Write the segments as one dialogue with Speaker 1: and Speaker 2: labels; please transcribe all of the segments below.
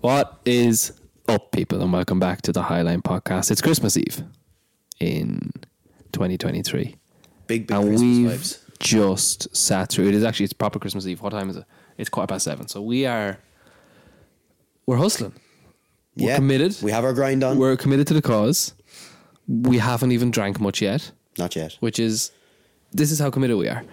Speaker 1: What is up, people, and welcome back to the Highline Podcast. It's Christmas Eve in 2023,
Speaker 2: Big, big
Speaker 1: and
Speaker 2: Christmas
Speaker 1: we've
Speaker 2: vibes.
Speaker 1: just sat through. It is actually it's proper Christmas Eve. What time is it? It's quarter past seven. So we are we're hustling. We're
Speaker 2: yeah.
Speaker 1: committed.
Speaker 2: We have our grind on.
Speaker 1: We're committed to the cause. We haven't even drank much yet,
Speaker 2: Not yet.
Speaker 1: which is this is how committed we are.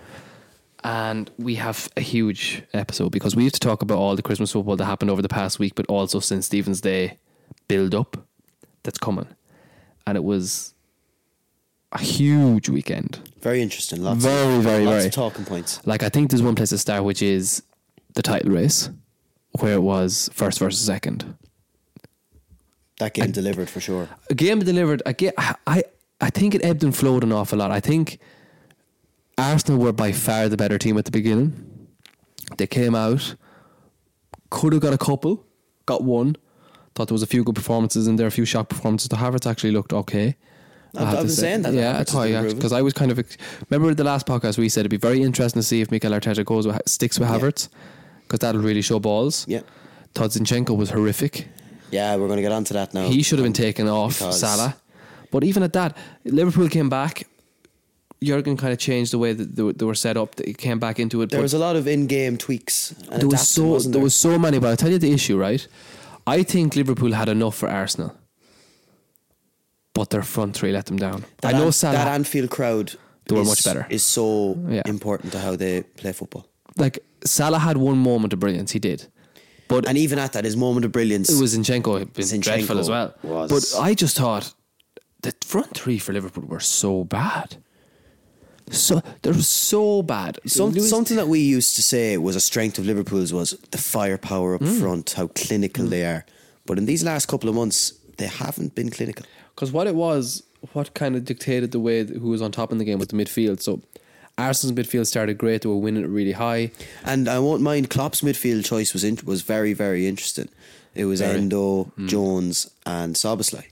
Speaker 1: And we have a huge episode because we have to talk about all the Christmas football that happened over the past week, but also since Stephen's Day build up that's coming. And it was a huge weekend.
Speaker 2: Very interesting. Lots
Speaker 1: Very,
Speaker 2: of,
Speaker 1: very,
Speaker 2: lots
Speaker 1: very.
Speaker 2: of talking points.
Speaker 1: Like I think there's one place to start, which is the title race, where it was first versus second.
Speaker 2: That game delivered for sure.
Speaker 1: a game delivered. I, ge- I I think it ebbed and flowed an awful lot. I think Arsenal were by far the better team at the beginning. They came out, could have got a couple, got one. Thought there was a few good performances in there, a few shock performances. The Havertz actually looked okay. I have
Speaker 2: I've- I've
Speaker 1: to
Speaker 2: been
Speaker 1: say.
Speaker 2: saying that,
Speaker 1: Yeah,
Speaker 2: Havertz
Speaker 1: I
Speaker 2: has
Speaker 1: thought
Speaker 2: been
Speaker 1: yeah,
Speaker 2: improving.
Speaker 1: because I was kind of ex- remember the last podcast we said it'd be very interesting to see if Mikel Arteta goes with, sticks with
Speaker 2: Yeah.
Speaker 1: Havertz because that'll really show balls.
Speaker 2: Yeah.
Speaker 1: Todd Zinchenko was horrific.
Speaker 2: Yeah, we're going to get onto that now.
Speaker 1: He should have been taken off
Speaker 2: Oh, um, Because-
Speaker 1: Salah. But even at that, Liverpool came back. Jurgen kind of changed the way that they were, they were set up. They came back into it.
Speaker 2: There
Speaker 1: but
Speaker 2: was a lot of in-game tweaks. And
Speaker 1: there was
Speaker 2: adapting,
Speaker 1: so
Speaker 2: wasn't
Speaker 1: there was so many. But I'll tell you the issue, right? I think Liverpool had enough for Arsenal, but their front three let them down.
Speaker 2: That
Speaker 1: I know
Speaker 2: An-
Speaker 1: Salah.
Speaker 2: That Anfield crowd.
Speaker 1: They were
Speaker 2: is-
Speaker 1: much better.
Speaker 2: Is so
Speaker 1: Yeah.
Speaker 2: important to how they play football.
Speaker 1: like Salah had one moment of brilliance. He did, but
Speaker 2: And even at that, his moment of brilliance.
Speaker 1: it was Zinchenko had been
Speaker 2: Zinchenko
Speaker 1: dreadful as well.
Speaker 2: was-
Speaker 1: But I just thought the front three for Liverpool were so bad. So they were so bad.
Speaker 2: Some,
Speaker 1: Luis-
Speaker 2: something that we used to say was a strength of Liverpool's was the firepower
Speaker 1: Mm.
Speaker 2: up front, how clinical they are. But in these last couple of months, they haven't been clinical.
Speaker 1: Because what it was, what kind of dictated the way th- who was on top in the game with the midfield. So Arsenal's midfield started great. They were winning it really high.
Speaker 2: And I won't mind Klopp's midfield choice was in, was very very interesting. It was Endo,
Speaker 1: Hmm.
Speaker 2: Jones, and Soboslai.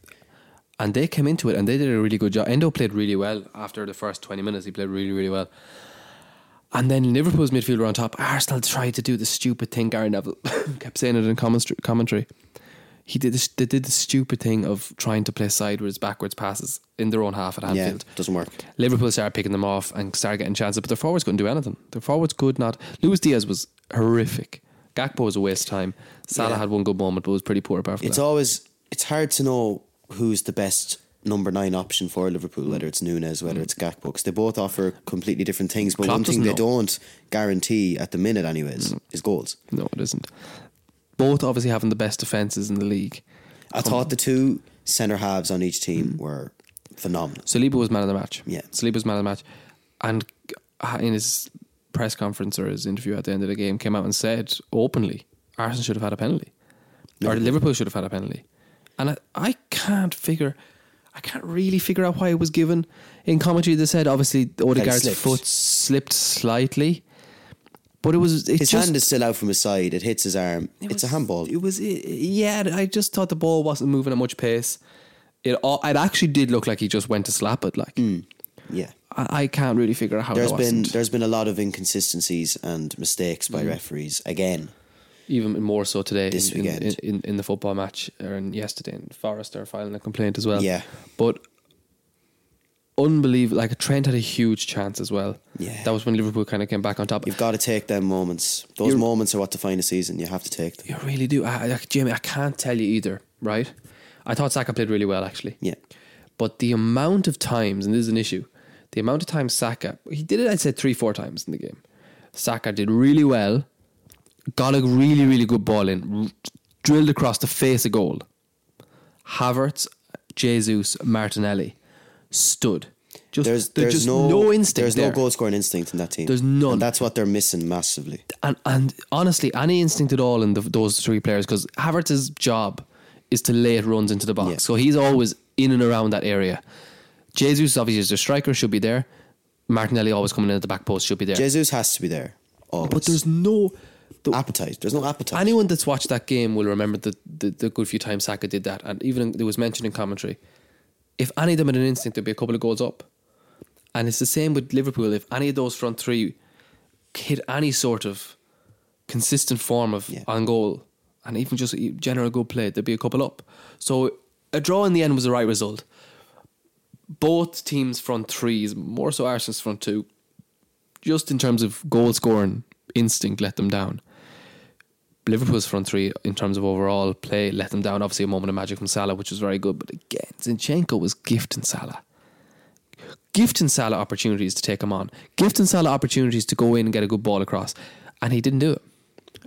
Speaker 1: And they came into it and they did a really good job. Endo played really well after the first 20 minutes. He played really, really well. And then Liverpool's midfield were on top. Arsenal tried to do the stupid thing. Gary Neville kept saying it in commentary- commentary. He did this, they did the stupid thing of trying to play sideways, backwards passes in their own half at
Speaker 2: Yeah,
Speaker 1: Anfield.
Speaker 2: doesn't work.
Speaker 1: Liverpool started picking them off and started getting chances, but their forwards couldn't do anything. Their forwards could not. Luis Diaz was horrific. Gakpo was a waste of time. Salah
Speaker 2: Yeah.
Speaker 1: had one good moment, but was pretty poor apart from
Speaker 2: It's
Speaker 1: that.
Speaker 2: always it's hard to know who's the best number nine option for Liverpool, whether it's Nunes, whether it's Gakpo, 'cause they both offer completely different things. But
Speaker 1: Hmm. Klopp
Speaker 2: one thing
Speaker 1: doesn't
Speaker 2: they
Speaker 1: know. Hmm.
Speaker 2: don't guarantee at the minute, anyways, is goals.
Speaker 1: no, it isn't. Both obviously having the best defences in the league.
Speaker 2: I thought the two centre halves on each
Speaker 1: Hmm.
Speaker 2: team were phenomenal.
Speaker 1: Saliba was man of the match.
Speaker 2: Yeah.
Speaker 1: Saliba was man of the match, and uh, in his press conference or his interview at the end of the game, came out and said openly, Arsenal should have had a penalty, or Liverpool should have had a penalty, and I, I can't figure. I can't really figure out why it was given. In commentary, they said obviously Odegaard's
Speaker 2: slipped.
Speaker 1: foot slipped slightly, but it was it
Speaker 2: His
Speaker 1: just,
Speaker 2: hand is still out from his side. It hits his arm.
Speaker 1: it
Speaker 2: it's a
Speaker 1: was-
Speaker 2: handball.
Speaker 1: It was yeah. I just thought the ball wasn't moving at much pace. It all, it actually did look like he just went to slap it. Like
Speaker 2: Yeah.
Speaker 1: I, I can't really figure out how
Speaker 2: Mm. There's
Speaker 1: that
Speaker 2: been
Speaker 1: wasn't.
Speaker 2: there's been a lot of inconsistencies and mistakes
Speaker 1: Mm.
Speaker 2: by referees again.
Speaker 1: even more so today
Speaker 2: This
Speaker 1: in, in-
Speaker 2: weekend.
Speaker 1: In, in, in the football match or in yesterday in Forest are filing a complaint as well.
Speaker 2: Yeah.
Speaker 1: But unbelievable like Trent had a huge chance as well.
Speaker 2: Yeah.
Speaker 1: That was when Liverpool kind of came back on top.
Speaker 2: You've got to take them moments. Those moments are what define a season. You have to take them.
Speaker 1: you really do. I, I, Jamie, I can't tell you either, right? I thought Saka played really well actually.
Speaker 2: Yeah.
Speaker 1: But the amount of times, and this is an issue, the amount of times Saka, he did it, I'd say, three, four times in the game. Saka did really well, got a really, really good ball in, r- drilled across the face of goal. Havertz, Jesus, Martinelli stood. Just, there's
Speaker 2: There's there's
Speaker 1: just
Speaker 2: no,
Speaker 1: no, instinct.
Speaker 2: There's
Speaker 1: there.
Speaker 2: no goal scoring instinct in that team.
Speaker 1: There's none.
Speaker 2: And that's what they're missing massively.
Speaker 1: and and honestly, any instinct at all in the, those three players because Havertz's job is to lay it runs into the box,
Speaker 2: Yeah.
Speaker 1: so he's always in and around that area. Jesus obviously is the striker, should be there. Martinelli always coming in at the back post, should be there.
Speaker 2: Jesus has to be there. Always.
Speaker 1: but there's no. The,
Speaker 2: appetite. There's no appetite.
Speaker 1: anyone that's watched that game will remember the, the, the good few times Saka did that, and even it was mentioned in commentary. If any of them had an instinct, there'd be a couple of goals up. And it's the same with Liverpool. If any of those front three hit any sort of consistent form of
Speaker 2: Yeah.
Speaker 1: on goal, and even just e, general good play, there'd be a couple up. So a draw in the end was the right result. Both teams' front threes, more so Arsenal's front two, just in terms of goal scoring instinct, let them down. Liverpool's front three, in terms of overall play, let them down. Obviously, a moment of magic from Salah, which was very good. But again, Zinchenko was gifting Salah. Gifting Salah opportunities to take him on. Gifting Salah opportunities to go in and get a good ball across. And he didn't do it.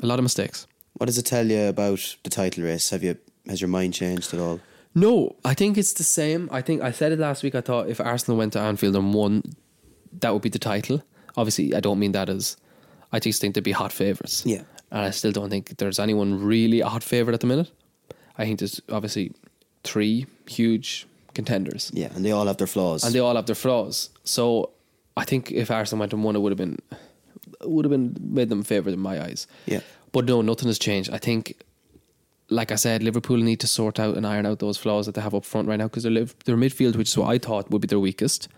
Speaker 1: A lot of mistakes.
Speaker 2: What does it tell you about the title race? Have you has your mind changed at all?
Speaker 1: No, I think it's the same. I think I said it last week. I thought if Arsenal went to Anfield and won, that would be the title. Obviously, I don't mean that as. I just think they'd be hot favourites.
Speaker 2: Yeah.
Speaker 1: And I still don't think there's anyone really a hot favourite at the minute. I think there's obviously three huge contenders.
Speaker 2: Yeah, and they all have their flaws.
Speaker 1: And they all have their flaws. So I think if Arsenal went and won, it would have been it would have been made them favourite in my eyes.
Speaker 2: Yeah.
Speaker 1: But no, nothing has changed. I think, like I said, Liverpool need to sort out and iron out those flaws that they have up front right now because their liv- their midfield, which is what I thought would be their weakest,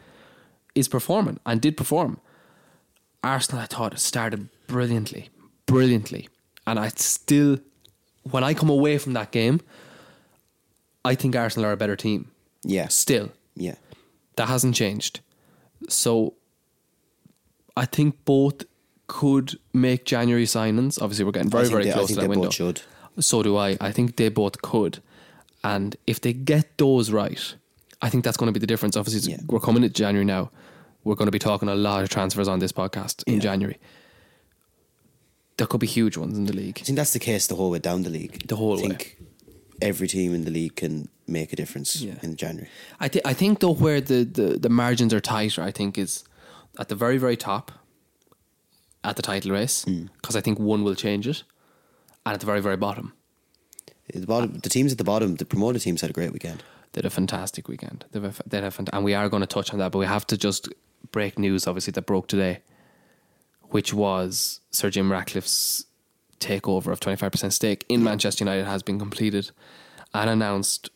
Speaker 1: is performing and did perform. Arsenal, I thought, started brilliantly, brilliantly, and I still, when I come away from that game, I think Arsenal are a better team.
Speaker 2: yeah,
Speaker 1: Still,
Speaker 2: yeah,
Speaker 1: that hasn't changed. So I think both could make January signings. Obviously, we're getting very,
Speaker 2: think
Speaker 1: very
Speaker 2: they- I
Speaker 1: close
Speaker 2: think
Speaker 1: to that
Speaker 2: they both
Speaker 1: window.
Speaker 2: should.
Speaker 1: So do I. I think they both could. And if they get those right, I think that's going to be the difference. Obviously, it's-
Speaker 2: Yeah.
Speaker 1: we're coming at January now. We're going to be talking a lot of transfers on this podcast in January. There could be huge ones in the league.
Speaker 2: I think that's the case the whole way down the league.
Speaker 1: The whole
Speaker 2: I
Speaker 1: way.
Speaker 2: think every team in the league can make a difference
Speaker 1: Yeah.
Speaker 2: in January.
Speaker 1: I think I think though where the, the, the margins are tighter, I think is at the very very top at the title race because I think one will change it, and at the very very bottom
Speaker 2: The bottom, the teams at the bottom, the promoted teams had a great weekend.
Speaker 1: they had a fantastic weekend. They've a, fa- they had a fant- and we are going to touch on that, but we have to just break news obviously that broke today, which was Sir Jim Ratcliffe's takeover of twenty five percent stake in Manchester United has been completed, and announced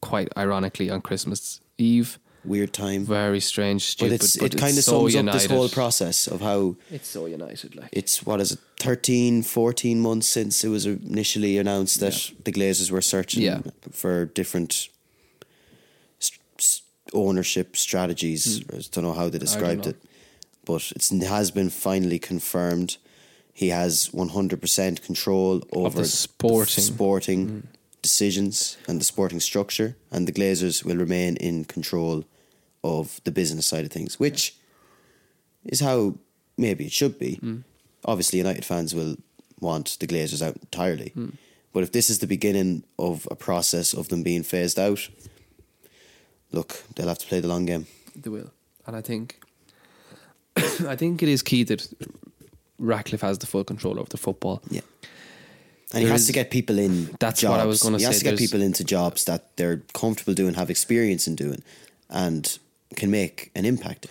Speaker 1: quite ironically on Christmas Eve.
Speaker 2: Weird time,
Speaker 1: very strange, stupid.
Speaker 2: but
Speaker 1: But
Speaker 2: it's it kind of
Speaker 1: it's so
Speaker 2: sums
Speaker 1: united.
Speaker 2: up this whole process of how
Speaker 1: It's so united, like
Speaker 2: it's what is it 13 14 months since it was initially announced that the glazers were searching
Speaker 1: Yeah.
Speaker 2: for different st- st- ownership strategies i don't know how they described
Speaker 1: know.
Speaker 2: it but it's, it has been finally confirmed he has 100% control over the
Speaker 1: sporting.
Speaker 2: sporting decisions and the sporting structure and the glazers will remain in control of the business side of things which is how maybe it should be. Obviously, United fans will want the Glazers out entirely. But if this is the beginning of a process of them being phased out, look, they'll have to play the long game.
Speaker 1: they will. And I think, I think it is key that Ratcliffe has the full control over the football.
Speaker 2: Yeah. And he
Speaker 1: There
Speaker 2: has
Speaker 1: is-
Speaker 2: to get people in.
Speaker 1: That's
Speaker 2: jobs.
Speaker 1: what I was gonna
Speaker 2: He has
Speaker 1: say,
Speaker 2: to get
Speaker 1: there's-
Speaker 2: people into jobs that they're comfortable doing, have experience in doing, and can make an impact.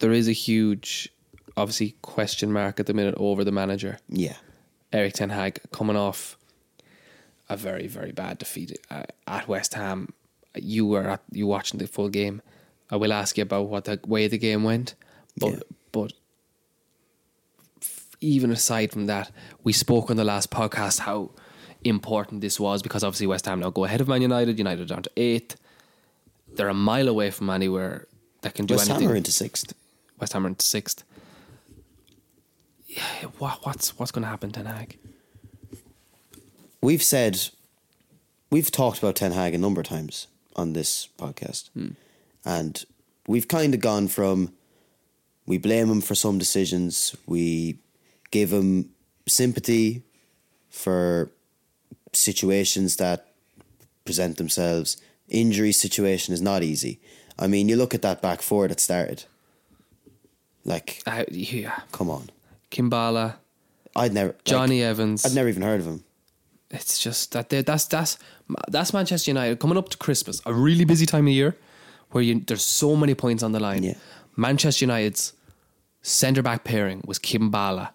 Speaker 1: There is a huge, obviously, question mark at the minute over the manager
Speaker 2: Yeah.
Speaker 1: Eric Ten Hag coming off a very very bad defeat uh, at West Ham. You were at, you watching the full game. I will ask you about what the way the game went, but
Speaker 2: Yeah.
Speaker 1: but f- even aside from that, we spoke on the last podcast how important this was because obviously West Ham now go ahead of Man United. United are down to eighth. They're a mile away from anywhere that can do
Speaker 2: West
Speaker 1: anything.
Speaker 2: Ham are into sixth.
Speaker 1: West Ham are in sixth. Yeah, what, what's what's going to happen to Ten Hag?
Speaker 2: we've said we've talked about Ten Hag a number of times on this podcast, and we've kind of gone from we blame him for some decisions, we give him sympathy for situations that present themselves. Injury situation is not easy. I mean, you look at that back four that started. Like,
Speaker 1: Uh, yeah.
Speaker 2: come on,
Speaker 1: Kimbala,
Speaker 2: I'd never like,
Speaker 1: Johnny Evans.
Speaker 2: I'd never even heard of him.
Speaker 1: it's just that they- that's that's that's Manchester United coming up to Christmas, a really busy time of year, where you there's so many points on the line.
Speaker 2: Yeah.
Speaker 1: Manchester United's centre back pairing was Kimbala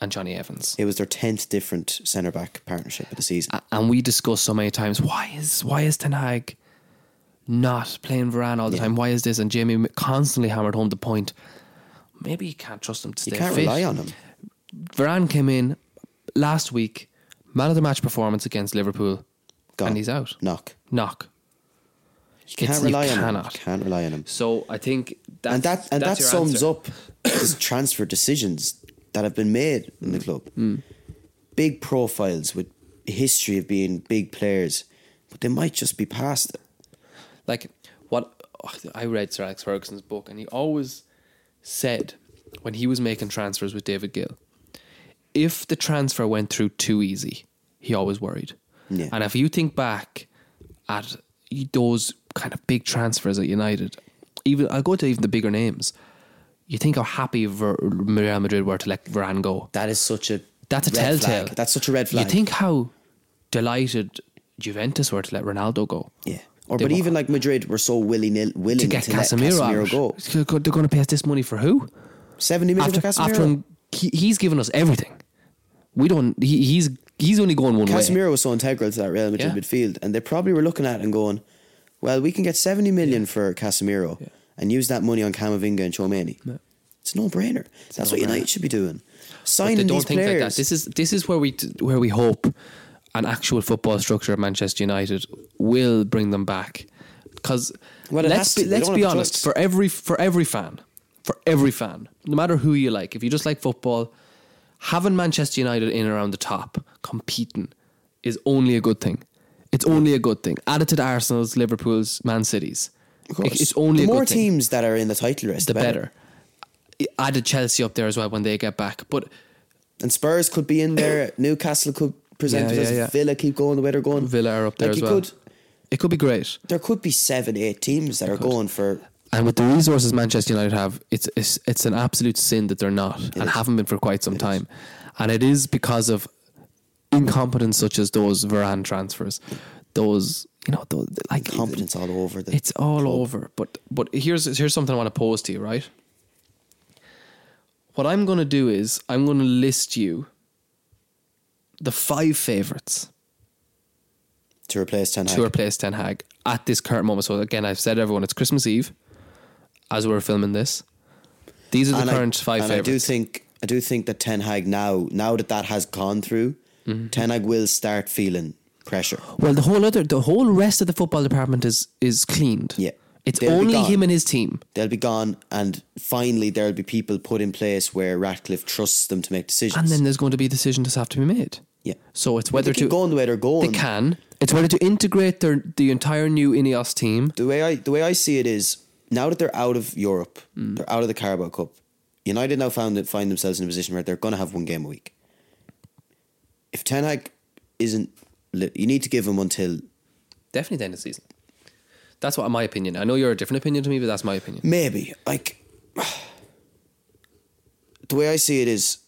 Speaker 1: and Johnny Evans.
Speaker 2: It was their tenth different centre back partnership of the season.
Speaker 1: A- And we discussed so many times why is why is Ten Hag not playing Varane all the time? Why is this? And Jamie constantly hammered home the point. Maybe you can't trust him to
Speaker 2: You
Speaker 1: stay
Speaker 2: can't
Speaker 1: fit.
Speaker 2: rely on him.
Speaker 1: Varane came in last week, Man of the match performance against Liverpool,
Speaker 2: Gone.
Speaker 1: and he's out.
Speaker 2: Knock.
Speaker 1: Knock.
Speaker 2: You
Speaker 1: It's-
Speaker 2: can't rely
Speaker 1: you
Speaker 2: on him.
Speaker 1: cannot.
Speaker 2: You can't rely on him.
Speaker 1: So I think that's,
Speaker 2: and that and that sums up these transfer decisions that have been made in
Speaker 1: Mm.
Speaker 2: the club. Big profiles with history of being big players, but they might just be past it.
Speaker 1: like what oh, I read Sir Alex Ferguson's book, and he always said when he was making transfers with David Gill, if the transfer went through too easy, he always worried.
Speaker 2: Yeah.
Speaker 1: And if you think back at those kind of big transfers at United, even I'll go to even the bigger names. You think how happy Ver, Real Madrid were to let Varane go.
Speaker 2: That is such a
Speaker 1: That's a
Speaker 2: red
Speaker 1: telltale.
Speaker 2: Flag. That's such a red flag.
Speaker 1: You think how delighted Juventus were to let Ronaldo go.
Speaker 2: Yeah. Or
Speaker 1: They
Speaker 2: but
Speaker 1: were-
Speaker 2: even like Madrid were so willy nil willing
Speaker 1: to get
Speaker 2: let
Speaker 1: Casemiro,
Speaker 2: Casemiro
Speaker 1: out.
Speaker 2: go.
Speaker 1: They're go- They're going to pay us this money for who?
Speaker 2: Seventy million
Speaker 1: After,
Speaker 2: for Casemiro.
Speaker 1: after him, he, he's given us everything. We don't. He, he's he's only going one way.
Speaker 2: Casemiro was so integral to that Real Madrid
Speaker 1: Yeah.
Speaker 2: midfield, and they probably were looking at it and going, "Well, we can get seventy million for Casemiro and use that money on Camavinga and Chomeni. It's a no-brainer. That's what United should be doing.
Speaker 1: But
Speaker 2: Signing these players.
Speaker 1: that. This is this is where we t- where we hope an actual football structure at Manchester United will bring them back. Because
Speaker 2: Well, it
Speaker 1: let's
Speaker 2: has to.
Speaker 1: be,
Speaker 2: They
Speaker 1: let's
Speaker 2: don't
Speaker 1: be
Speaker 2: have a
Speaker 1: honest
Speaker 2: choice.
Speaker 1: for every for every fan, for every fan, no matter who you like, if you just like football, having Manchester United in and around the top competing is only a good thing. It's only a good thing. Added to the Arsenal's, Liverpool's, Man City's.
Speaker 2: Of course.
Speaker 1: It's only
Speaker 2: the
Speaker 1: a good
Speaker 2: more
Speaker 1: thing
Speaker 2: teams that are in the title race,
Speaker 1: the better. Added Chelsea up there as well when they get back. But
Speaker 2: And Spurs could be in there. Newcastle could present
Speaker 1: Yeah,
Speaker 2: us.
Speaker 1: yeah, yeah.
Speaker 2: Villa keep going the way they're going.
Speaker 1: Villa are up there
Speaker 2: Like,
Speaker 1: as
Speaker 2: you
Speaker 1: well.
Speaker 2: could-
Speaker 1: it could be great.
Speaker 2: there could be seven, eight teams that are going for
Speaker 1: And with the resources Manchester United have, it's it's, it's an absolute sin that they're not and haven't been for quite some time. And it is because of incompetence such as those Varane transfers, those you know, those, like
Speaker 2: competence all over the.
Speaker 1: It's all over. But but here's here's something I want to pose to you, right? What I'm going to do is I'm going to list you the five favorites
Speaker 2: to replace Ten Hag.
Speaker 1: to replace Ten Hag at this current moment. So again, I've said to everyone it's Christmas Eve as we're filming this. These are the
Speaker 2: And I-
Speaker 1: current five
Speaker 2: and I do
Speaker 1: favorites.
Speaker 2: think I do think that Ten Hag now now that that has gone through,
Speaker 1: Mm-hmm.
Speaker 2: Ten Hag will start feeling pressure.
Speaker 1: well, the whole other, the whole rest of the football department is is cleaned.
Speaker 2: Yeah.
Speaker 1: it's
Speaker 2: They'll be
Speaker 1: only
Speaker 2: gone.
Speaker 1: him and his team.
Speaker 2: They'll be gone, and finally there'll be people put in place where Ratcliffe trusts them to make decisions.
Speaker 1: And then there's going to be decisions that have to be made.
Speaker 2: Yeah.
Speaker 1: So it's
Speaker 2: they
Speaker 1: whether
Speaker 2: keep
Speaker 1: to
Speaker 2: going the way they're
Speaker 1: they
Speaker 2: going.
Speaker 1: can. It's whether to integrate their the entire new Ineos team.
Speaker 2: The way I the way I see it is now that they're out of Europe,
Speaker 1: Mm.
Speaker 2: they're out of the Carabao Cup. United now found that find themselves in a position where they're going to have one game a week. If Ten Hag isn't, li- you need to give him until
Speaker 1: Definitely the end of the season. That's what my opinion. I know you're a different opinion to me, but that's my opinion.
Speaker 2: Maybe. Like the way I see it is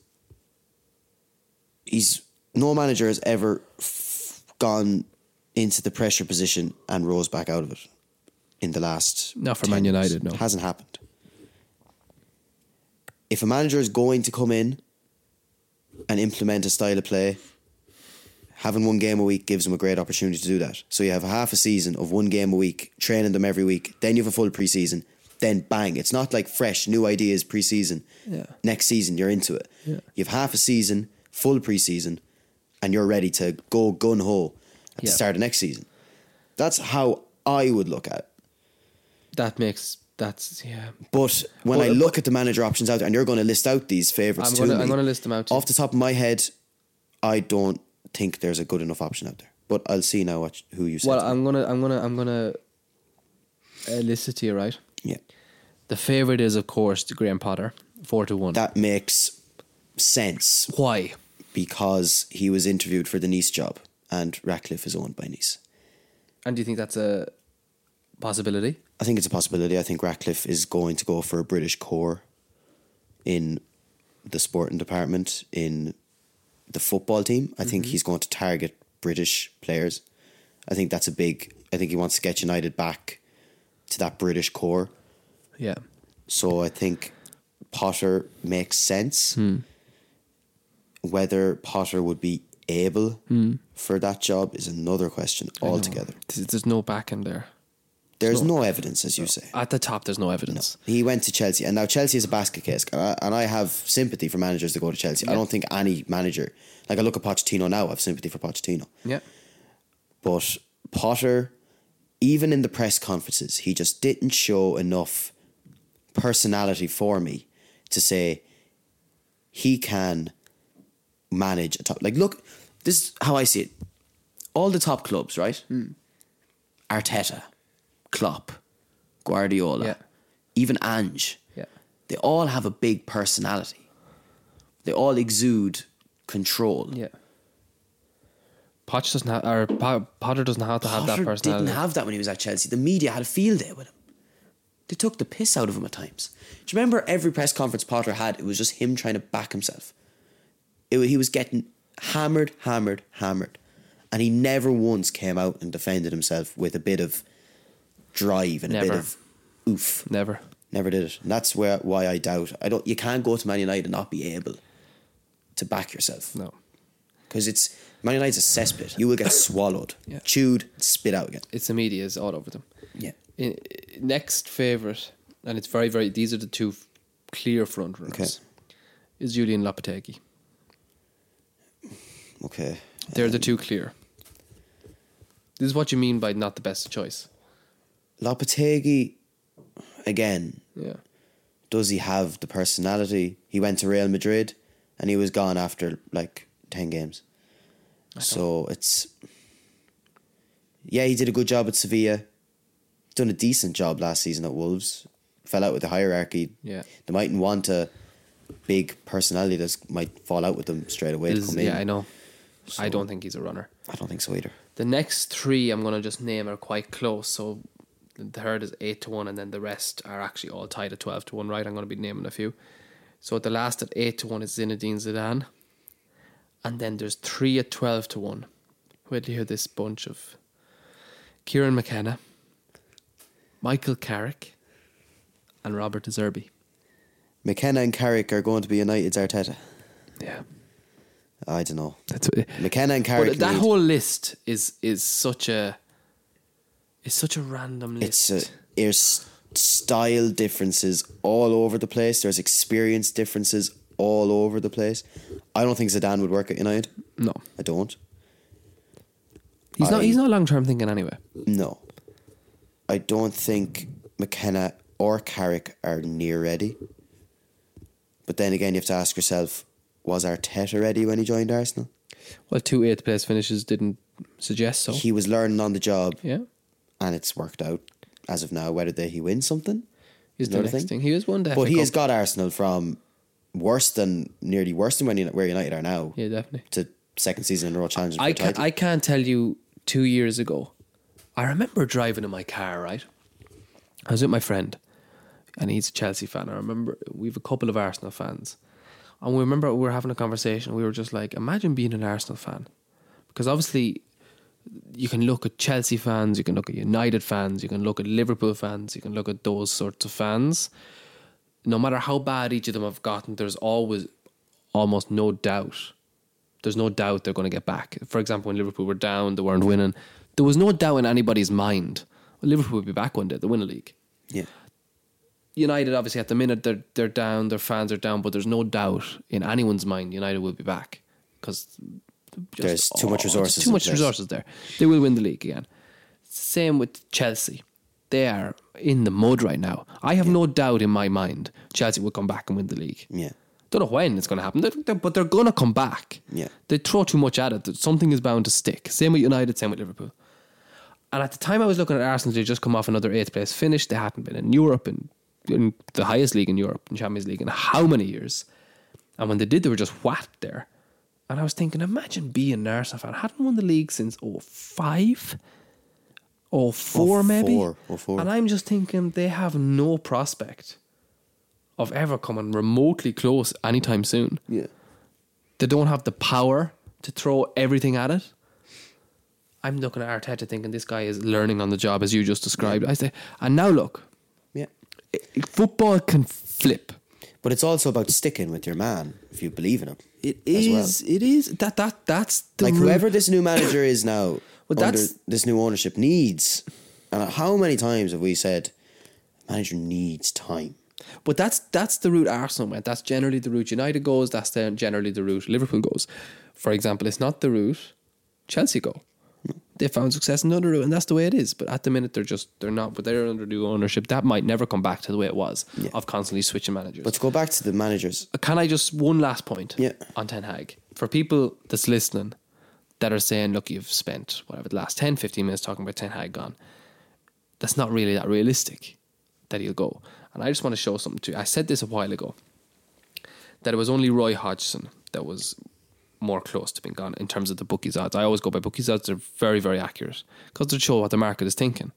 Speaker 2: he's no manager has ever f- gone into the pressure position and rose back out of it in the last
Speaker 1: Not for
Speaker 2: 10
Speaker 1: Man
Speaker 2: years.
Speaker 1: United, no.
Speaker 2: It hasn't happened. If a manager is going to come in and implement a style of play, having one game a week gives them a great opportunity to do that. So you have a half a season of one game a week, training them every week. Then you have a full preseason. Then bang, it's not like fresh new ideas preseason.
Speaker 1: Yeah.
Speaker 2: Next season you're into it.
Speaker 1: Yeah.
Speaker 2: You have half a season, full preseason, and you're ready to go gun ho at
Speaker 1: Yeah.
Speaker 2: the start of next season. That's how I would look at it.
Speaker 1: That makes that's yeah.
Speaker 2: But when
Speaker 1: Well,
Speaker 2: I look at the manager options out, there, and you're going to list out these favorites
Speaker 1: I'm
Speaker 2: to
Speaker 1: gonna-
Speaker 2: me,
Speaker 1: I'm gonna list them out to
Speaker 2: Off the top of my head, I don't think there's a good enough option out there. But I'll see now what who you said.
Speaker 1: Well,
Speaker 2: to me.
Speaker 1: I'm gonna I'm gonna I'm gonna elicit you right.
Speaker 2: yeah,
Speaker 1: The favorite is of course the Graham Potter, four to one.
Speaker 2: that makes sense
Speaker 1: Why?
Speaker 2: because he was interviewed for the Nice job, and Ratcliffe is owned by Nice.
Speaker 1: And do you think that's a possibility?
Speaker 2: I think it's a possibility. I think Ratcliffe is going to go for a British core in the sporting department, in the football team. I think he's going to target British players. I think that's a big. I think he wants to get United back to that British core.
Speaker 1: Yeah.
Speaker 2: So I think Potter makes sense. Whether Potter would be able for that job is another question altogether.
Speaker 1: There's, there's no back in there.
Speaker 2: There's no, evidence, as you say.
Speaker 1: At the top, there's no evidence.
Speaker 2: He went to Chelsea, and now Chelsea is a basket case, and I, and I have sympathy for managers that go to Chelsea. I
Speaker 1: Yeah.
Speaker 2: don't think any manager, like I look at Pochettino now, I have sympathy for Pochettino.
Speaker 1: Yeah.
Speaker 2: But Potter, even in the press conferences, he just didn't show enough personality for me to say he can manage a top. Like, look, this is how I see it. All the top clubs, right?
Speaker 1: Hmm.
Speaker 2: Arteta, Klopp, Guardiola,
Speaker 1: Yeah.
Speaker 2: even Ange.
Speaker 1: Yeah.
Speaker 2: They all have a big personality. They all exude control.
Speaker 1: Yeah. Poch doesn't have, or Po- Potter doesn't have to have
Speaker 2: Potter
Speaker 1: that personality.
Speaker 2: didn't have that when he was at Chelsea. The media had a field day with him. They took the piss out of him at times. Do you remember every press conference Potter had? It was just him trying to back himself. It, wa- he was getting hammered, hammered, hammered, and he never once came out and defended himself with a bit of drive and a bit
Speaker 1: Never.
Speaker 2: of oof.
Speaker 1: Never.
Speaker 2: Never did it. And that's where why I doubt. I don't. You can't go to Man United and not be able to back yourself
Speaker 1: No.
Speaker 2: because it's Man United's a cesspit. You will get swallowed,
Speaker 1: Yeah.
Speaker 2: chewed, spit out again.
Speaker 1: It's the media is all over them.
Speaker 2: Yeah.
Speaker 1: I- I- next favorite, and it's very, very. These are the two f- clear front runners.
Speaker 2: Okay.
Speaker 1: Is Julian Lopetegui.
Speaker 2: Okay.
Speaker 1: They're the two clear. This is what you mean by not the best choice.
Speaker 2: Lopetegui, again,
Speaker 1: Yeah.
Speaker 2: does he have the personality? He went to Real Madrid and he was gone after like 10 games. So it's. Yeah, he did a good job at Sevilla. Done a decent job last season at Wolves. Fell out with the hierarchy.
Speaker 1: Yeah.
Speaker 2: They mightn't want a big personality that might fall out with them straight away to
Speaker 1: Is,
Speaker 2: come in.
Speaker 1: yeah, I know. I
Speaker 2: So-
Speaker 1: don't think he's a runner.
Speaker 2: I don't think so either.
Speaker 1: The next three I'm gonna just name are quite close. So the third is eight to one, and then the rest are actually all tied at twelve to one. Right, I'm gonna be naming a few. So the last at eight to one is Zinedine Zidane, and then there's three at twelve to one. Wait till you hear this bunch of Kieran McKenna, Michael Carrick, and Robert De Zerbi.
Speaker 2: McKenna and Carrick are going to be United's Arteta.
Speaker 1: Yeah,
Speaker 2: I don't know.
Speaker 1: that's what,
Speaker 2: McKenna and Carrick.
Speaker 1: but that
Speaker 2: need-
Speaker 1: whole list is is such a is such a random
Speaker 2: It's
Speaker 1: list.
Speaker 2: a, there's style differences all over the place. There's experience differences all over the place. I don't think Zidane would work at United.
Speaker 1: no.
Speaker 2: I don't.
Speaker 1: He's not.
Speaker 2: I-
Speaker 1: He's not long term thinking anyway.
Speaker 2: No. I don't think McKenna or Carrick are near ready. But then again, you have to ask yourself, was Arteta ready when he joined Arsenal?
Speaker 1: Well, two eighth place finishes didn't suggest so.
Speaker 2: He was learning on the job,
Speaker 1: yeah,
Speaker 2: and it's worked out as of now. Whether they, he wins something,
Speaker 1: is the
Speaker 2: Another
Speaker 1: next thing.
Speaker 2: thing?
Speaker 1: He was one.
Speaker 2: but he has got Arsenal from worse than nearly worse than when Uni- where United are now
Speaker 1: Yeah, definitely.
Speaker 2: to second season in a row challenging for
Speaker 1: I
Speaker 2: a
Speaker 1: can,
Speaker 2: title.
Speaker 1: I can't tell you. Two years ago, I remember driving in my car. Right, I was with my friend, and he's a Chelsea fan. I remember we have a couple of Arsenal fans, and we remember we were having a conversation. We were just like, imagine being an Arsenal fan, because obviously you can look at Chelsea fans, you can look at United fans, you can look at Liverpool fans, you can look at those sorts of fans. No matter how bad each of them have gotten, there's always almost no doubt. There's no doubt they're going to get back. For example, when Liverpool were down, they weren't winning. There was no doubt in anybody's mind. Liverpool would be back one day, they win a league.
Speaker 2: yeah,
Speaker 1: United obviously at the minute they're they're down, their fans are down, but there's no doubt in anyone's mind United will be back because
Speaker 2: There's too much resources
Speaker 1: Too
Speaker 2: in
Speaker 1: much
Speaker 2: place.
Speaker 1: resources there. They will win the league again. Same with Chelsea. They are in the mud right now. I have no doubt in my mind Chelsea will come back and win the league.
Speaker 2: yeah,
Speaker 1: Don't know when it's going to happen, they're, they're- but they're going to come back.
Speaker 2: Yeah.
Speaker 1: They throw too much at it. Something is bound to stick. Same with United, same with Liverpool. And at the time I was looking at Arsenal, they just come off another eighth place finish. They hadn't been in Europe and in the highest league in Europe, in Champions League, in how many years? And when they did, they were just whacked there. And I was thinking, imagine being an Arsenal fan. Hadn't won the league since 05, 04 maybe.
Speaker 2: 04, 04.
Speaker 1: And I'm just thinking, they have no prospect of ever coming remotely close anytime soon.
Speaker 2: yeah.
Speaker 1: They don't have the power to throw everything at it. I'm looking at Arteta thinking this guy is learning on the job as you just described. I say, and now look,
Speaker 2: Yeah.
Speaker 1: i- i- football can flip.
Speaker 2: But it's also about sticking with your man if you believe in him.
Speaker 1: It
Speaker 2: as well.
Speaker 1: is. It is that that that's the
Speaker 2: Like
Speaker 1: root-
Speaker 2: whoever this new manager is now,
Speaker 1: Well,
Speaker 2: under
Speaker 1: that's-
Speaker 2: this new ownership needs And how many times have we said, manager needs time?
Speaker 1: But that's that's the route Arsenal went. That's generally the route United goes. That's the, generally the route Liverpool goes. For example, it's not the route Chelsea go. They found success in another route, and that's the way it is. But at the minute, they're just they're not. But they're under new ownership. That might never come back to the way it was of constantly switching managers.
Speaker 2: But to go back to the managers,
Speaker 1: Can I just one last point?
Speaker 2: Yeah.
Speaker 1: On Ten Hag for people that's listening, that are saying, "Look, you've spent whatever the last 10, 15 minutes talking about Ten Hag gone." That's not really that realistic that he'll go. And I just want to show something to you. I said this a while ago that it was only Roy Hodgson that was more close to being gone in terms of the bookies odds. I always go by bookies odds; they're very, very accurate because they show what the market is thinking.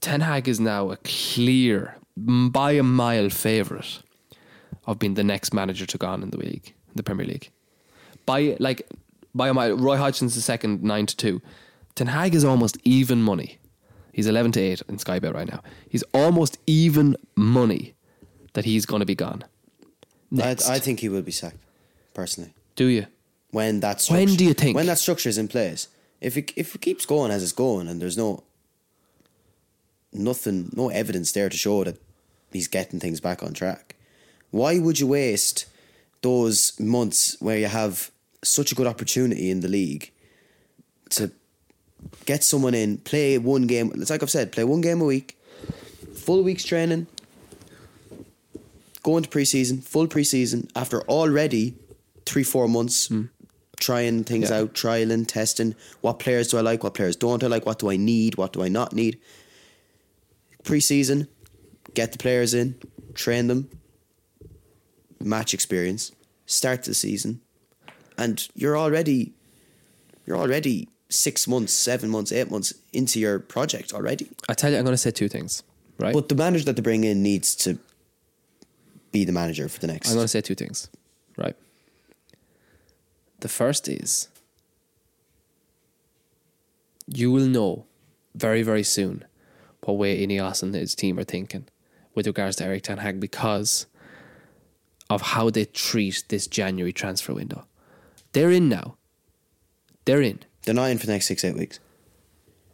Speaker 1: Ten Hag is now a clear, m- by a mile, favourite of being the next manager to go on in the league, the Premier League. By like by a mile, Roy Hodgson's the second nine to two. Ten Hag is almost even money. He's eleven to eight in Sky Bet right now. He's almost even money that he's going to be gone.
Speaker 2: I,
Speaker 1: Next.
Speaker 2: I think he will be sacked, personally.
Speaker 1: Do you?
Speaker 2: When that
Speaker 1: When
Speaker 2: structure-
Speaker 1: do you think?
Speaker 2: when that structure is in place? If it if it keeps going as it's going, and there's no nothing, no evidence there to show that he's getting things back on track, why would you waste those months where you have such a good opportunity in the league to get someone in, play one game? It's like I've said, play one game a week, full week's training, go into preseason, full preseason after already three, four months trying things
Speaker 1: Hmm. Yeah.
Speaker 2: out, trialing, testing. What players do I like? What players don't I like? What do I need? What do I not need? Preseason, get the players in, train them, match experience, start the season, and you're already you're already six months, seven months, eight months into your project already.
Speaker 1: I tell you, I'm going to say two things. Right?
Speaker 2: But the manager that they bring in needs to be the manager for the next.
Speaker 1: I'm going to say two things, right? The first is you will know very, very soon what way Ineos and his team are thinking with regards to Eric Ten Hag because of how they treat this January transfer window. They're in now. They're in.
Speaker 2: They're not in for the next six, eight weeks.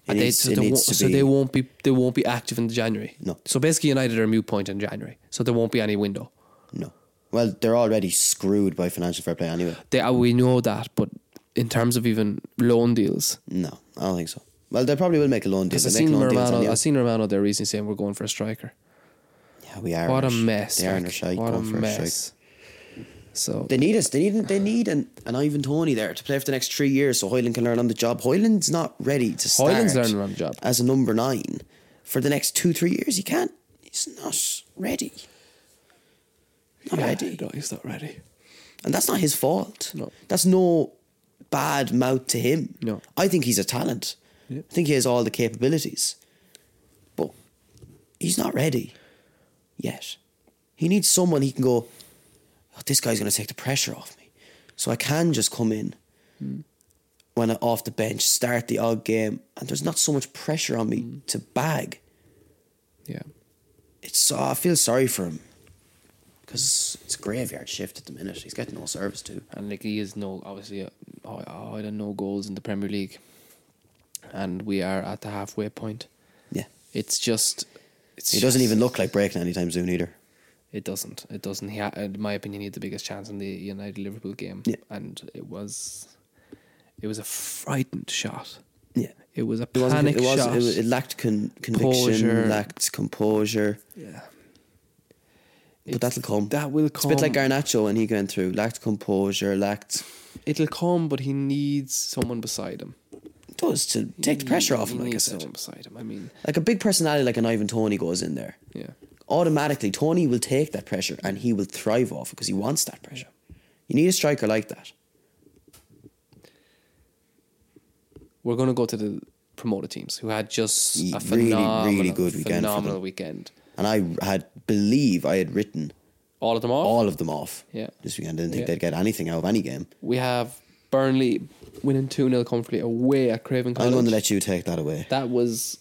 Speaker 2: It
Speaker 1: And they,
Speaker 2: needs-
Speaker 1: so
Speaker 2: it
Speaker 1: they,
Speaker 2: needs
Speaker 1: won't,
Speaker 2: to
Speaker 1: so
Speaker 2: be-
Speaker 1: they won't be they won't be active in January.
Speaker 2: No.
Speaker 1: So basically, United are a moot point in January. So there won't be any window.
Speaker 2: No. Well, they're already screwed by financial fair play anyway.
Speaker 1: They, uh, we know that, but in terms of even loan deals,
Speaker 2: No, I don't think so. Well, they probably will make a loan deal.
Speaker 1: because I've
Speaker 2: They make
Speaker 1: seen
Speaker 2: loan deals
Speaker 1: Romano,
Speaker 2: anyway.
Speaker 1: I've seen Romano there recently saying we're going for a striker.
Speaker 2: Yeah, we are.
Speaker 1: What a
Speaker 2: in sh-
Speaker 1: mess!
Speaker 2: They are in a
Speaker 1: like,
Speaker 2: shite
Speaker 1: What a
Speaker 2: going for a shite.
Speaker 1: mess. So
Speaker 2: They need us. They need. They need an, an Ivan Tony there to play for the next three years, so Hoyland can learn on the job. Hoyland's not ready to start.
Speaker 1: Hoyland's learning on the job.
Speaker 2: as a number nine for the next two three years. He can't. He's not ready. Not
Speaker 1: yeah,
Speaker 2: ready.
Speaker 1: No, he's not ready.
Speaker 2: And that's not his fault.
Speaker 1: No.
Speaker 2: That's no bad mouth to him.
Speaker 1: No.
Speaker 2: I think he's a talent.
Speaker 1: Yeah.
Speaker 2: I think he has all the capabilities. But he's not ready yet. He needs someone he can go, "Oh, this guy's going to take the pressure off me. So I can just come in
Speaker 1: Hmm.
Speaker 2: when I'm off the bench, start the odd game, and there's not so much pressure on me
Speaker 1: Hmm.
Speaker 2: to bag.
Speaker 1: Yeah,
Speaker 2: It's so I feel sorry for him because it's a graveyard shift at the minute. He's getting no service too.
Speaker 1: and like he is no obviously uh, oh, oh, I don't know goals in the Premier League, and we are at the halfway point.
Speaker 2: Yeah.
Speaker 1: It's just. It's
Speaker 2: He doesn't
Speaker 1: just-
Speaker 2: even look like breaking anytime soon either.
Speaker 1: It doesn't. It doesn't. He, ha- in my opinion, he had the biggest chance in the United Liverpool game,
Speaker 2: Yeah.
Speaker 1: and it was, it was a frightened shot.
Speaker 2: Yeah.
Speaker 1: It was a
Speaker 2: It wasn't.
Speaker 1: panic
Speaker 2: it, was,
Speaker 1: shot.
Speaker 2: It, was- it lacked con- conviction.
Speaker 1: Composure.
Speaker 2: Lacked composure.
Speaker 1: yeah,
Speaker 2: but that'll come.
Speaker 1: that will
Speaker 2: It's a
Speaker 1: come.
Speaker 2: bit like Garnacho when he went through. Lacked composure. Lacked.
Speaker 1: It'll come, but he needs someone beside him.
Speaker 2: It does to take the
Speaker 1: He-
Speaker 2: pressure off
Speaker 1: he
Speaker 2: him. Like I
Speaker 1: needs
Speaker 2: said,
Speaker 1: someone beside him. I mean,
Speaker 2: like a big personality like an Ivan Tony goes in there.
Speaker 1: yeah,
Speaker 2: Automatically, Tony will take that pressure and he will thrive off because he wants that pressure. You need a striker like that.
Speaker 1: we're gonna go to the promoter teams who had just
Speaker 2: Ye-
Speaker 1: a
Speaker 2: really, really
Speaker 1: phenomenal,
Speaker 2: good weekend for them.
Speaker 1: phenomenal weekend.
Speaker 2: And I had believe I had written
Speaker 1: All of them off.
Speaker 2: all of them off.
Speaker 1: Oh. Yeah.
Speaker 2: This weekend, I didn't think
Speaker 1: Yeah.
Speaker 2: they'd get anything out of any game.
Speaker 1: We have Burnley winning two 0 comfortably away at Craven Cottage.
Speaker 2: I'm going to let you take that away.
Speaker 1: that was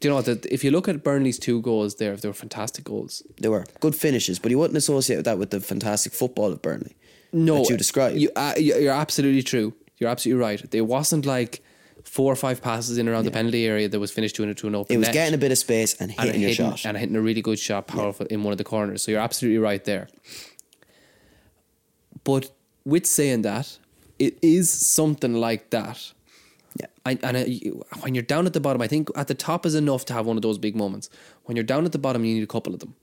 Speaker 1: do you know that if you look at Burnley's two goals there they were fantastic goals
Speaker 2: They were good finishes, but you wouldn't associate that with the fantastic football of Burnley.
Speaker 1: no
Speaker 2: that you described.
Speaker 1: you, uh, you- you're absolutely true you're absolutely right they wasn't like four or five passes in around the penalty area that was finished to an, to an open
Speaker 2: It was
Speaker 1: net
Speaker 2: getting a bit of space and hitting
Speaker 1: and
Speaker 2: your
Speaker 1: hitting,
Speaker 2: shot.
Speaker 1: and hitting a really good shot, powerful in one of the corners. So you're absolutely right there. But with saying that, it is something like that.
Speaker 2: Yeah.
Speaker 1: And, and uh, you- when you're down at the bottom, I think at the top is enough to have one of those big moments. When you're down at the bottom, you need a couple of them.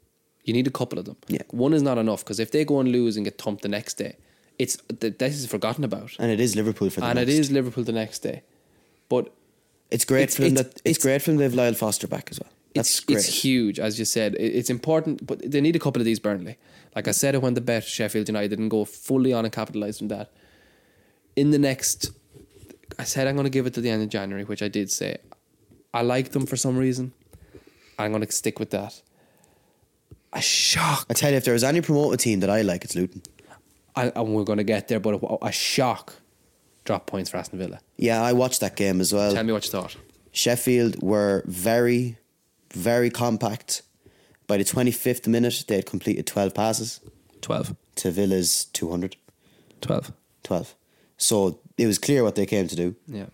Speaker 1: You need a couple of them.
Speaker 2: Yeah.
Speaker 1: One is not enough because if they go and lose and get thumped the next day, it's th- this is forgotten about,
Speaker 2: and it is Liverpool for them.
Speaker 1: and it is Liverpool the next day. But
Speaker 2: It's great
Speaker 1: It's-
Speaker 2: for them.
Speaker 1: it's-
Speaker 2: that, it's, great for them. They have Lyle Foster back as well. That's
Speaker 1: it's,
Speaker 2: great.
Speaker 1: it's huge, as you said. It- It's important, but they need a couple of these Burnley. Like I said, it when the bet Sheffield United didn't go fully on and capitalised on that. In the next, I said I'm going to give it to the end of January, which I did say. I like them for some reason. I'm going to stick with that. A shock,
Speaker 2: I tell you, if there was any promoted team that I like, it's Luton.
Speaker 1: I, and we're going to get there, but a, a shock drop points for Aston Villa.
Speaker 2: Yeah, I watched that game as well.
Speaker 1: Tell me what you thought.
Speaker 2: Sheffield were very, very compact. By the 25th minute, they had completed 12 passes
Speaker 1: 12.
Speaker 2: to Villa's 200.
Speaker 1: 12.
Speaker 2: 12. So it was clear what they came to do.
Speaker 1: Yeah.